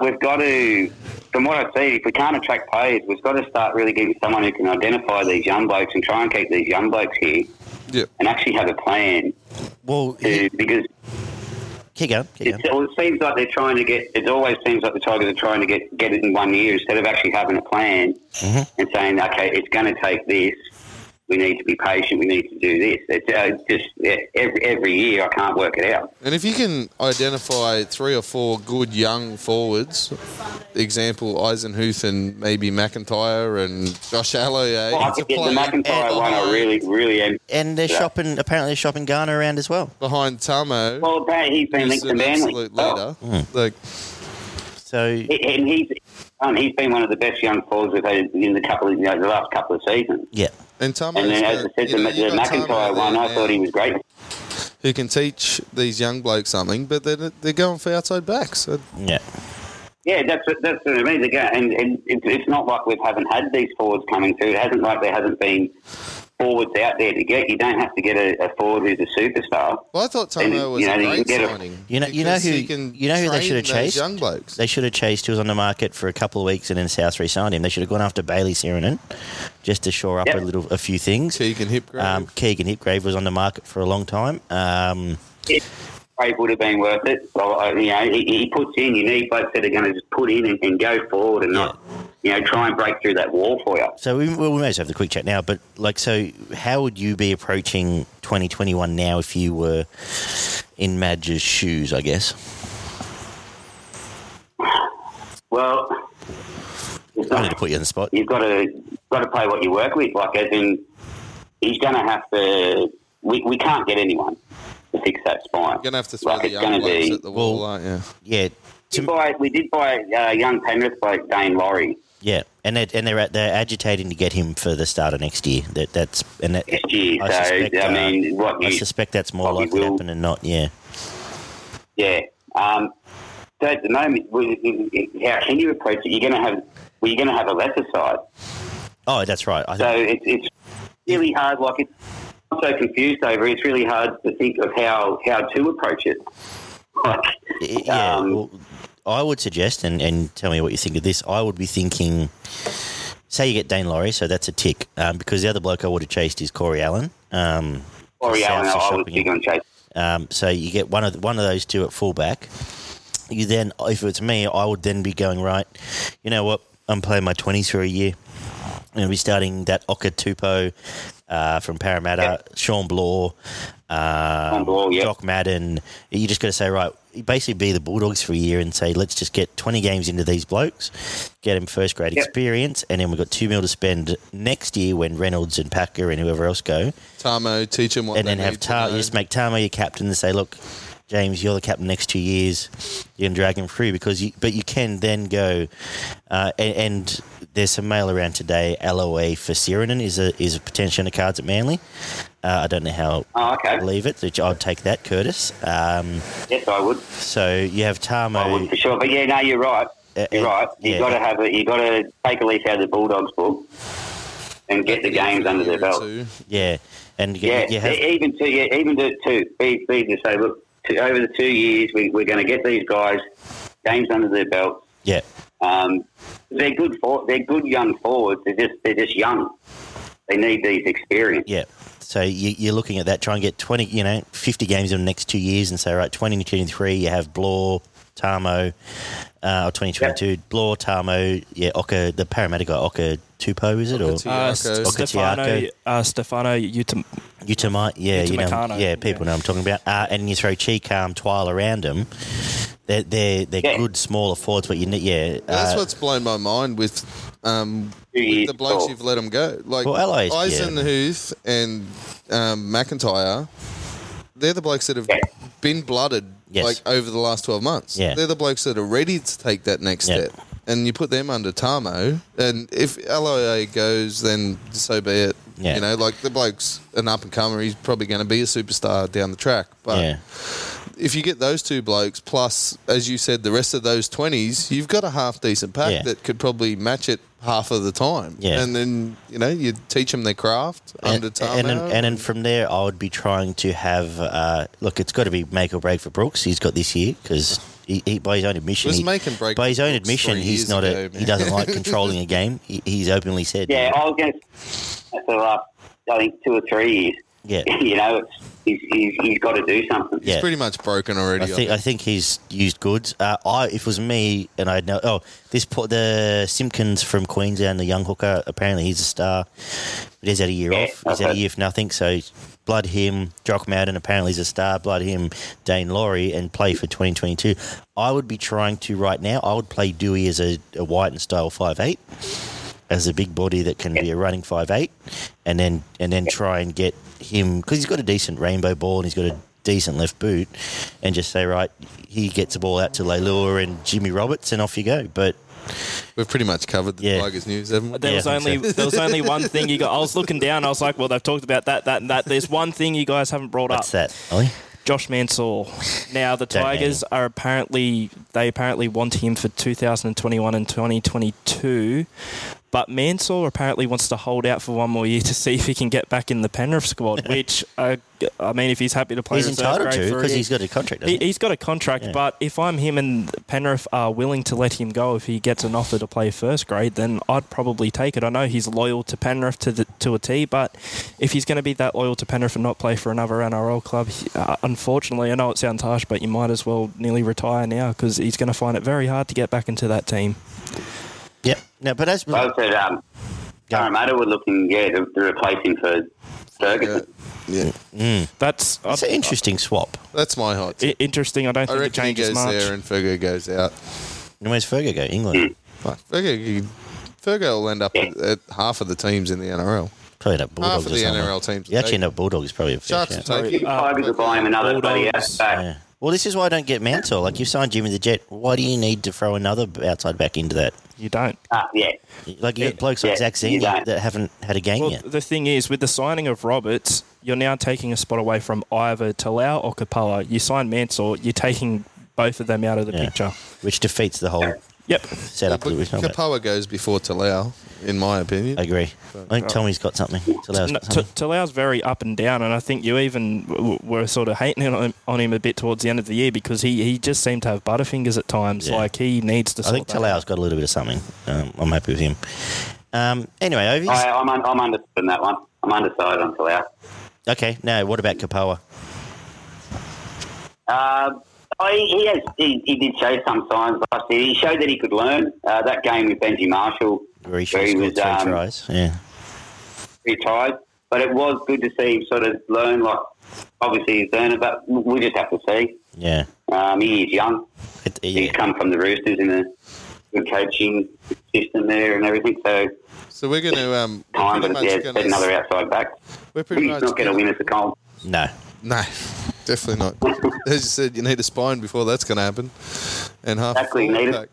Speaker 4: we've got to, from what I see, if we can't attract players, we've got to start really getting someone who can identify these young blokes and try and keep these young blokes here
Speaker 3: Yeah.
Speaker 4: and actually have a plan
Speaker 1: Well,
Speaker 4: to, because
Speaker 1: keep going. Keep
Speaker 4: It's,
Speaker 1: going.
Speaker 4: well, it seems like they're trying to get. It always seems like the Tigers are trying to get get it in one year instead of actually having a plan
Speaker 3: Mm-hmm.
Speaker 4: and saying, "Okay, it's going to take this. We need to be patient. We need to do this." It's uh, just yeah, every every year I can't work it out.
Speaker 3: And if you can identify three or four good young forwards, example Eisenhuth and maybe McIntyre and Josh eh, Allier.
Speaker 4: Well, I
Speaker 3: it's a
Speaker 4: think the
Speaker 3: player
Speaker 4: McIntyre one I really really am.
Speaker 1: And they're
Speaker 4: Yeah.
Speaker 1: shopping. Apparently, they're shopping Ghana around as well.
Speaker 3: behind Tamo.
Speaker 4: Well, apparently he's been
Speaker 3: who's
Speaker 4: linked to
Speaker 3: an
Speaker 4: Manly,
Speaker 3: absolute
Speaker 4: Oh,
Speaker 3: leader.
Speaker 1: Hmm.
Speaker 3: Like,
Speaker 1: So
Speaker 4: he- and he's um, he's been one of the best young forwards we've had in the couple of you know, the last couple of seasons.
Speaker 1: yeah,
Speaker 3: and Tamo.
Speaker 4: And then, as I said, the, the McIntyre one, I thought he was great.
Speaker 3: who can teach these young blokes something, but they're, they're going for outside backs. So
Speaker 1: yeah.
Speaker 4: Yeah, that's what, that's what I mean. They go- And, and it's, it's not like we haven't had these forwards coming through. It hasn't like there hasn't been forwards out there to get. You don't have to get a, a forward who's a superstar.
Speaker 3: Well, I thought
Speaker 4: And,
Speaker 3: Tomo was
Speaker 4: you know,
Speaker 3: a
Speaker 4: they can
Speaker 3: great
Speaker 4: get a-
Speaker 3: signing.
Speaker 1: You know- you know
Speaker 3: because
Speaker 1: who-
Speaker 3: he can
Speaker 1: you know who they
Speaker 3: train
Speaker 1: should have
Speaker 3: those
Speaker 1: chased?
Speaker 3: Young blokes.
Speaker 1: They should have chased. He was on the market for a couple of weeks, and then South re-signed him. They should have gone after Bailey Sirenen just to shore up
Speaker 4: Yep.
Speaker 1: a little, a few things.
Speaker 3: Keegan Hipgrave.
Speaker 1: Um, Keegan Hipgrave was on the market for a long time. Um,
Speaker 4: Brave would have been worth it. Well, uh, you know, he, he puts in. You need folks that are going to just put in and, and go forward and not, you know, try and break through that wall for you.
Speaker 1: so we, well, we may as well have the quick chat now. But like, so how would you be approaching 2021 now if you were in Madge's shoes? I guess.
Speaker 4: Well, it's
Speaker 1: I
Speaker 4: not-
Speaker 1: need to put you on the spot.
Speaker 4: you've got to got to play what you work with. Like as in, he's going to have to. We, we can't get anyone to fix that spine.
Speaker 3: You're going to have to throw
Speaker 4: like,
Speaker 3: the
Speaker 4: it's
Speaker 3: young
Speaker 4: gonna
Speaker 3: blokes
Speaker 4: be-
Speaker 3: at the wall,
Speaker 1: Well-
Speaker 3: aren't you?
Speaker 1: Yeah.
Speaker 4: We did
Speaker 1: To,
Speaker 4: buy, we did buy uh, young Penrith bloke, Dane Laurie,
Speaker 1: yeah, and they're, and they're at- they're agitating to get him for the start of next year. That that's and that,
Speaker 4: this year.
Speaker 1: I
Speaker 4: so,
Speaker 1: suspect,
Speaker 4: I
Speaker 1: uh,
Speaker 4: mean, what
Speaker 1: I
Speaker 4: you,
Speaker 1: suspect that's more
Speaker 4: Probably
Speaker 1: likely to
Speaker 4: will.
Speaker 1: happen than not. Yeah.
Speaker 4: yeah. Um, so at the moment, we- we- we- how can you approach it? You're going to have, well, you're going to have a lesser side.
Speaker 1: Oh, that's right. I
Speaker 4: So
Speaker 1: think
Speaker 4: it's it's really hard. Like it's, I'm so confused over. it. It's really hard to think of how how to approach it. Like,
Speaker 1: y- yeah.
Speaker 4: um,
Speaker 1: well, I would suggest, and, and tell me what you think of this. I would be thinking, say you get Dane Laurie, so that's a tick, um, because the other bloke I would have chased is Corey Allen. Um,
Speaker 4: Laurie
Speaker 1: Souths
Speaker 4: Allen,
Speaker 1: are
Speaker 4: I was
Speaker 1: shopping
Speaker 4: big
Speaker 1: him.
Speaker 4: on Chase.
Speaker 1: Um, so you get one of the, one of those two at fullback. You then, if it's me, I would then be going right. You know what? I'm playing my twenties for a year. I'm going to be starting that Oka Tupo uh, from Parramatta, Sean Blaw, um,
Speaker 4: Sean Blaw, yeah.
Speaker 1: Doc Madden. You just got to say right. you Basically, be the Bulldogs for a year and say, let's just get 20 games into these blokes, get them first grade
Speaker 4: Yep.
Speaker 1: experience, and then we've got two mil to spend next year when Reynolds and Packer and whoever else go
Speaker 3: Tamo, teach him what
Speaker 1: and
Speaker 3: they
Speaker 1: then have
Speaker 3: need to
Speaker 1: Tar-
Speaker 3: know.
Speaker 1: you just make Tama your captain and say, look, James, you're the captain next two years. You can drag him through because, you, but you can then go, uh, and, and there's some mail around today. LOA for Sirenen is a is a potential on the cards at Manly. Uh, I don't know how
Speaker 4: Oh, okay.
Speaker 1: I'll leave it. which I'd take that, Curtis. Um,
Speaker 4: Yes, I would.
Speaker 1: so you have
Speaker 4: I would
Speaker 1: Tamo.
Speaker 4: for sure. But yeah, no, you're right.
Speaker 1: Uh,
Speaker 4: You're
Speaker 1: uh,
Speaker 4: right. You've
Speaker 1: yeah.
Speaker 4: got to have it. You've got to take a leaf out of the Bulldogs book and get the games under their belt.
Speaker 3: Two.
Speaker 1: yeah, and you,
Speaker 4: Yeah,
Speaker 1: you have
Speaker 4: e- even to yeah, even to, to be, be to say, look, to, over the two years, we, we're going to get these guys games under their belt.
Speaker 1: yeah,
Speaker 4: Um, they're good for they're good young forwards. They're just they're just young. They need these experience.
Speaker 1: yeah. So you, you're looking at that. Try and get 20, you know, 50 games in the next two years, and say right, 2023, you have Blaw, Tamo, uh, or 2022, Blaw, Tamo, yeah, Oka, the Parramatta guy, Oka Tupo, is it? Or
Speaker 3: Tupo.
Speaker 2: Uh,
Speaker 3: Tiago.
Speaker 2: Stefano,
Speaker 1: Okatiako.
Speaker 2: uh, Stefano Utam-
Speaker 1: Utamite, yeah, you know,
Speaker 2: Utamecano.
Speaker 1: yeah, people know what I'm talking about. Uh, and you throw Cheekam, Twile around them. They're, they're, they're
Speaker 4: Yeah.
Speaker 1: good, smaller forwards, but you need, yeah.
Speaker 3: That's
Speaker 1: uh,
Speaker 3: what's blown my mind with um,
Speaker 4: Two years
Speaker 3: the blokes
Speaker 4: old.
Speaker 3: you've let them go. Like
Speaker 1: Well, Allies, yeah.
Speaker 3: Eisenhuth and um, McIntyre, they're the blokes that have
Speaker 4: Yeah.
Speaker 3: been blooded
Speaker 1: Yes.
Speaker 3: like over the last 12 months.
Speaker 1: Yeah.
Speaker 3: They're the blokes that are ready to take that next
Speaker 1: Yeah.
Speaker 3: step. And you put them under Tamo, and if LIA goes, then so be it.
Speaker 1: Yeah.
Speaker 3: uh, You know, like the bloke's an up and comer. He's probably going to be a superstar down the track. But
Speaker 1: yeah.
Speaker 3: if you get those two blokes plus, as you said, the rest of those twenties, you've got a half decent pack
Speaker 1: Yeah.
Speaker 3: that could probably match it half of the time.
Speaker 1: Yeah.
Speaker 3: and then you know you teach them their craft under time.
Speaker 1: and, and, and then from there, I would be trying to have. Uh, look, it's got to be make or break for Brooks. He's got this year because he, he, by his own admission,
Speaker 3: was
Speaker 1: he,
Speaker 3: make and break
Speaker 1: by
Speaker 3: for
Speaker 1: his own
Speaker 3: Brooks
Speaker 1: admission,
Speaker 3: three
Speaker 1: he's
Speaker 3: years
Speaker 1: not
Speaker 3: ago,
Speaker 1: a. He
Speaker 3: man.
Speaker 1: doesn't
Speaker 3: *laughs*
Speaker 1: like controlling a game. He, he's openly said.
Speaker 4: Yeah, I was going to that's about, I think, two or three years.
Speaker 1: Yeah.
Speaker 4: *laughs* you know, it's, he's, he's, he's got to do something.
Speaker 1: Yeah.
Speaker 3: pretty much broken already.
Speaker 1: I think I think he's used goods. Uh, I if it was me and I'd know. Oh, this po- the Simpkins from Queensland, the young hooker. Apparently he's a star. But he's had a year
Speaker 4: Yeah,
Speaker 1: off. He's had a
Speaker 4: okay.
Speaker 1: year for nothing. So blood him. Jock Madden apparently he's a star. Blood him. Dane Laurie and play for 2022. I would be trying to right now. I would play Dewey as a, a white and style five eight. As a big body that can be a running five eight, and then and then try and get him because he's got a decent rainbow ball and he's got a decent left boot, and just say right, he gets the ball out to Leilua and Jimmy Roberts, and off you go. But
Speaker 3: We've pretty much covered the
Speaker 1: Yeah.
Speaker 3: Tigers news, haven't we?
Speaker 2: There
Speaker 1: Yeah,
Speaker 2: was
Speaker 1: I think
Speaker 2: only there was only one thing you got. I was looking down. I was like, well, they've talked about that, that, and that. There's one thing you guys haven't brought
Speaker 1: what's
Speaker 2: up.
Speaker 1: that, Ollie?
Speaker 2: Josh Mansell. Now the
Speaker 1: Don't need
Speaker 2: Tigers are apparently they apparently want him for 2021 and 2022, but Mansell apparently wants to hold out for one more year to see if he can get back in the Penrith
Speaker 1: *laughs*
Speaker 2: squad. Which I, I mean, if he's happy to play,
Speaker 1: He's
Speaker 2: reserve
Speaker 1: entitled
Speaker 2: grade
Speaker 1: to
Speaker 2: for a
Speaker 1: because
Speaker 2: year-
Speaker 1: he's got a contract.
Speaker 2: he,
Speaker 1: doesn't he?
Speaker 2: he's got a contract,
Speaker 1: Yeah.
Speaker 2: but if I'm him and Penrith are willing to let him go if he gets an offer to play first grade, then I'd probably take it. I know he's loyal to Penrith to the, to a T, but if he's going to be that loyal to Penrith and not play for another NRL club, he- uh, unfortunately, I know it sounds harsh, but you might as well nearly retire now because he's going to find it very hard to get back into that team.
Speaker 1: Yep. No, but as
Speaker 4: I said, um, Parramatta were looking, yeah, to, to replace him for Ferguson.
Speaker 3: Yeah,
Speaker 2: That's
Speaker 1: it's an interesting swap.
Speaker 3: that's my hot.
Speaker 2: I- interesting. I don't
Speaker 3: I
Speaker 2: think it
Speaker 3: reckon he
Speaker 2: changes
Speaker 3: goes
Speaker 2: much.
Speaker 3: there and Fergo goes out.
Speaker 1: And where's Fergo go? England.
Speaker 3: Fergo, you- Fergo will end up at, at half of the teams in the NRL.
Speaker 1: Probably that Bulldogs.
Speaker 3: Half of
Speaker 1: or
Speaker 3: the
Speaker 1: something.
Speaker 3: NRL teams.
Speaker 1: You actually end up Bulldogs probably a fair
Speaker 3: Sharks will
Speaker 1: shout.
Speaker 3: take
Speaker 4: If
Speaker 3: it.
Speaker 4: the Tigers will buy him another bloody
Speaker 2: Bulldogs.
Speaker 4: outback.
Speaker 1: Yeah. Well, this is why I don't get Mansell. Like you signed Jimmy the Jet. Why do you need to throw another outside back into that?
Speaker 2: You don't.
Speaker 4: Ah, yeah.
Speaker 1: Like you got blokes like
Speaker 4: Yeah,
Speaker 1: Zach
Speaker 4: you
Speaker 1: Zinga
Speaker 4: don't.
Speaker 1: that haven't had a game
Speaker 2: Well,
Speaker 1: yet.
Speaker 2: the thing is, with the signing of Roberts, you're now taking a spot away from either Talau or Capella. You sign Mansell, you're taking both of them out of the
Speaker 1: Yeah.
Speaker 2: picture.
Speaker 1: which defeats the whole
Speaker 2: Yep.
Speaker 1: setup that we're
Speaker 3: But
Speaker 1: talking about.
Speaker 3: Kapawa goes before Talau, in my opinion.
Speaker 1: I agree. I think Tommy's got something. Talau's
Speaker 2: No,
Speaker 1: got
Speaker 2: T-
Speaker 1: something.
Speaker 2: Talau's very up and down, and I think you even w- w- were sort of hating on him, on him a bit towards the end of the year because he, he just seemed to have butterfingers at times.
Speaker 1: Yeah.
Speaker 2: Like he needs to.
Speaker 1: I think
Speaker 2: sort that out.
Speaker 1: Talau's got a little bit of something. Um, I'm happy with him. Um, anyway,
Speaker 4: I,
Speaker 1: Ovies.
Speaker 4: I'm, un, I'm undecided on that one. I'm undecided on Talau.
Speaker 1: Okay, now what about Kapoa?
Speaker 4: Uh, I, he, has, he, he did show some signs last year. He showed that he could learn. Uh, that game with Benji Marshall,
Speaker 1: Where he should
Speaker 4: He
Speaker 1: have scored
Speaker 4: was,
Speaker 1: three
Speaker 4: um,
Speaker 1: tries. Yeah.
Speaker 4: retired. But it was good to see him sort of learn. Like, obviously he's learning, but we just have to see.
Speaker 1: Yeah.
Speaker 4: Um, he is young.
Speaker 1: It-
Speaker 4: He's
Speaker 1: yeah.
Speaker 4: come from the Roosters in a good coaching system there and everything. So
Speaker 3: So we're going to um, we're
Speaker 4: time,
Speaker 3: pretty
Speaker 4: but
Speaker 3: much
Speaker 4: yeah,
Speaker 3: gonna-
Speaker 4: set another outside back.
Speaker 3: We're pretty
Speaker 4: He's
Speaker 3: much
Speaker 4: not going to win us a cold.
Speaker 1: No.
Speaker 3: No, definitely not.
Speaker 4: *laughs*
Speaker 3: As you said, you need a spine before that's going to happen, and half. a
Speaker 4: Exactly,
Speaker 3: full
Speaker 4: need it.
Speaker 3: pack.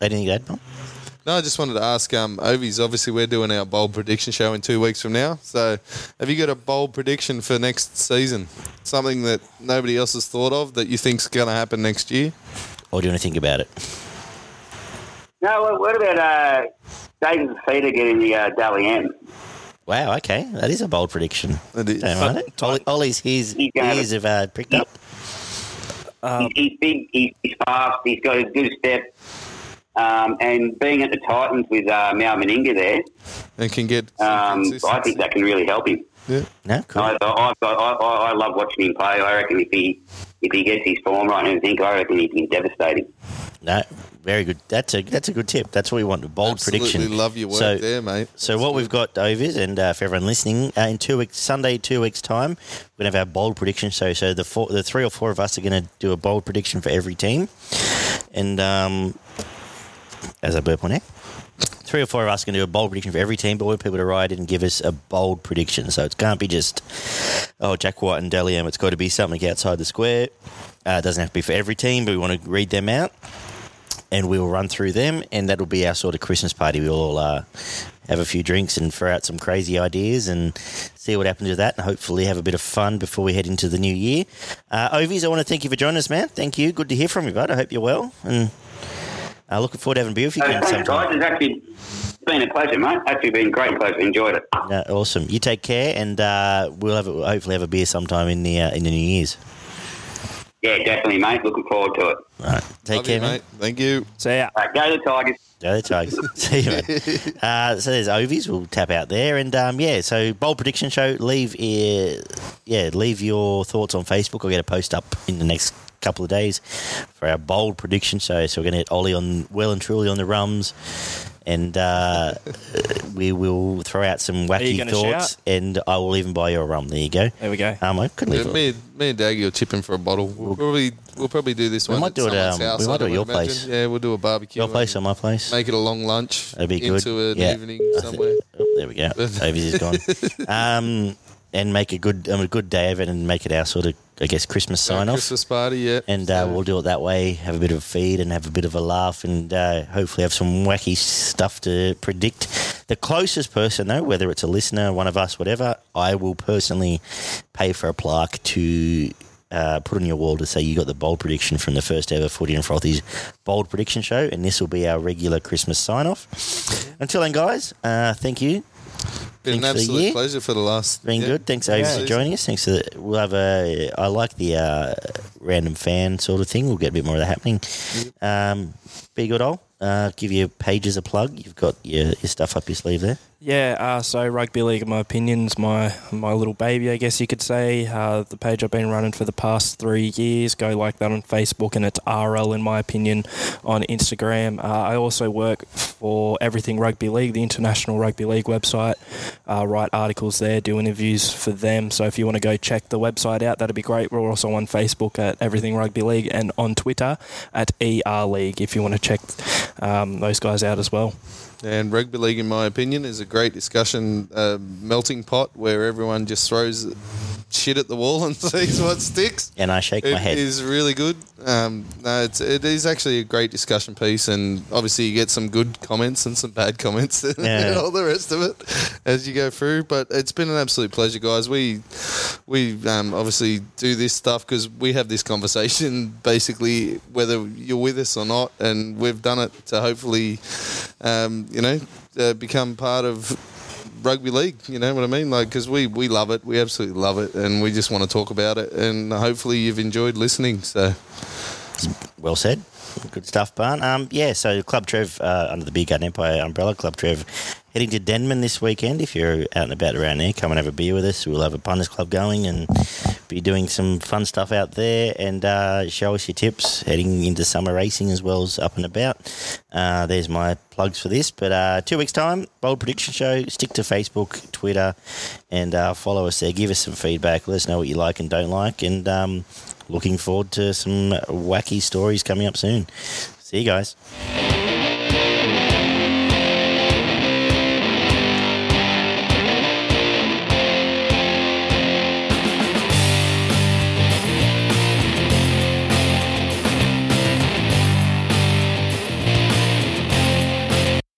Speaker 1: Anything to add? Paul?
Speaker 3: No, I just wanted to ask, um, Ovies. Obviously, we're doing our bold prediction show in two weeks from now. So, have you got a bold prediction for next season? Something that nobody else has thought of that you think's going to happen next year?
Speaker 1: Or do you want to think about it?
Speaker 4: No, what, what about uh, David Fafita getting the uh, Dally M?
Speaker 1: Wow, okay. That is a bold prediction.
Speaker 3: It is.
Speaker 1: Don't mind it. Ollie, Ollie's his
Speaker 4: He's got
Speaker 1: ears have uh, pricked up.
Speaker 3: Uh,
Speaker 4: he's, he's big, he's, he's fast, he's got a good step. Um, and being at the Titans with uh, Mal Meninga there,
Speaker 3: And can get. some
Speaker 4: um, I
Speaker 3: consistency.
Speaker 4: think that can really help him.
Speaker 3: Yeah.
Speaker 1: No, cool.
Speaker 4: I, I, I, I, I love watching him play. I reckon if he if he gets his form right and everything, I reckon he can devastate him.
Speaker 1: No, very good. That's a that's a good tip. That's what we want. A bold
Speaker 3: Absolutely
Speaker 1: prediction.
Speaker 3: love your work
Speaker 1: so,
Speaker 3: there, mate.
Speaker 1: So what we've got, Ovies, and uh, for everyone listening, uh, in two weeks, Sunday, two weeks time, we're gonna have our bold prediction. So, so the four, the three or four of us are gonna do a bold prediction for every team, and um, as I burp on air. Three or four of us can do a bold prediction for every team, but we want people to write in and give us a bold prediction. So it can't be just, oh, Jack White and Delium. It's got to be something outside the square. Uh, it doesn't have to be for every team, but we want to read them out. and we'll run through them, and that'll be our sort of Christmas party. We'll all uh, have a few drinks and throw out some crazy ideas and see what happens with that, and hopefully have a bit of fun before we head into the new year. Uh, Ovies, I want to thank you for joining us, man. Thank you. Good to hear from you, bud. I hope you're well, and uh, looking forward to having a beer with you
Speaker 4: No,
Speaker 1: again
Speaker 4: thanks, guys.
Speaker 1: sometime.
Speaker 4: It's actually been a pleasure, mate. Actually, been a great pleasure. Enjoyed it.
Speaker 1: No, Uh, awesome. You take care, and uh, we'll have a, hopefully have a beer sometime in the uh, in the New Year's.
Speaker 4: Yeah, definitely, mate. Looking forward to it.
Speaker 1: All right. Take
Speaker 3: Love
Speaker 1: care,
Speaker 3: you,
Speaker 1: man.
Speaker 3: mate. Thank you.
Speaker 2: So yeah,
Speaker 4: All right, go the Tigers.
Speaker 1: Yeah, that's
Speaker 2: *laughs*
Speaker 1: right. *laughs* See you, mate. Uh, so there's Ovies. We'll tap out there, and um, yeah. So bold prediction show. Leave uh, yeah. Leave your thoughts on Facebook. I'll get a post up in the next couple of days for our bold prediction show. So we're going to hit Ollie on well and truly on the rums, and uh, *laughs* we will throw out some
Speaker 2: you
Speaker 1: wacky
Speaker 2: gonna
Speaker 1: thoughts,
Speaker 2: shout?
Speaker 1: and I will even buy you a rum. There you go.
Speaker 2: there we go.
Speaker 1: Um, I could
Speaker 3: Yeah,
Speaker 1: leave. it.
Speaker 3: me, and- me and Daggy will chip in for a bottle. We'll probably we'll probably do this
Speaker 1: We
Speaker 3: one.
Speaker 1: might
Speaker 3: at
Speaker 1: do it, um,
Speaker 3: someone's house,
Speaker 1: we might
Speaker 3: I
Speaker 1: do it
Speaker 3: would
Speaker 1: your
Speaker 3: imagine.
Speaker 1: place.
Speaker 3: Yeah, we'll do a barbecue.
Speaker 1: Your place or
Speaker 3: and
Speaker 1: my place?
Speaker 3: Make it a long lunch.
Speaker 1: That'd be good.
Speaker 3: Into an
Speaker 1: Yeah.
Speaker 3: evening
Speaker 1: I think-
Speaker 3: somewhere.
Speaker 1: oh, there we
Speaker 3: *laughs*
Speaker 1: go. Ovies is gone. Um, and make a good um, a good day of it, and make it our sort of I guess Christmas sign off.
Speaker 3: Christmas party. Yeah.
Speaker 1: And uh, we'll do it that way. Have a bit of a feed and have a bit of a laugh, and uh, hopefully have some wacky stuff to predict. The closest person, though, whether it's a listener, one of us, whatever, I will personally pay for a plaque to uh, put on your wall to say you got the bold prediction from the first ever Footy and Frothy's bold prediction show, and this will be our regular Christmas sign off. Until then, guys, uh, thank you.
Speaker 3: been
Speaker 1: thanks for
Speaker 3: an
Speaker 1: the
Speaker 3: absolute
Speaker 1: year.
Speaker 3: pleasure for the last.
Speaker 1: Been
Speaker 3: yeah.
Speaker 1: good. Thanks, Ovies,
Speaker 3: Yeah.
Speaker 1: for joining us. Thanks. To, we'll have a. I like the uh, random fan sort of thing. We'll get a bit more of that happening. Um, be good, old. Uh, give your pages a plug. You've got your, your stuff up your sleeve there.
Speaker 2: Yeah, uh, so rugby league, in my opinions, my my little baby, I guess you could say. Uh, the page I've been running for the past three years. Go like that on Facebook, and it's RL in my opinion on Instagram. Uh, I also work for Everything Rugby League, the International Rugby League website. Uh, write articles there, do interviews for them. So if you want to go check the website out, that'd be great. We're also on Facebook at Everything Rugby League and on Twitter at ER League if you want to check um, those guys out as well.
Speaker 3: And rugby league, in my opinion, is a great discussion uh, melting pot where everyone just throws shit at the wall *laughs* and sees what sticks.
Speaker 1: And I shake
Speaker 3: It is
Speaker 1: my head.
Speaker 3: really good. Um, no, it's it is actually a great discussion piece, and obviously you get some good comments and some bad *laughs* comments and
Speaker 1: Yeah.
Speaker 3: all the rest of it as you go through. But it's been an absolute pleasure, guys. We we um, obviously do this stuff because we have this conversation *laughs* basically whether you're with us or not, and we've done it to hopefully, um, you know, uh, become part of rugby league. You know what I mean? Like, because we we love it, we absolutely love it, and we just want to talk about it. And hopefully, you've enjoyed listening. So,
Speaker 1: Well said. Good stuff, Barn. Um, yeah, so Club Trev uh, under the Beer Garden Empire umbrella, Club Trev heading to Denman this weekend. If you're out and about around there, come and have a beer with us. We'll have a punters club going and be doing some fun stuff out there and uh, show us your tips heading into summer racing as well as up and about. Uh, there's my plugs for this. But uh, two weeks' time, Bold Prediction Show. Stick to Facebook, Twitter, and uh, follow us there. Give us some feedback. Let us know what you like and don't like. And um, looking forward to some wacky stories coming up soon. See you guys.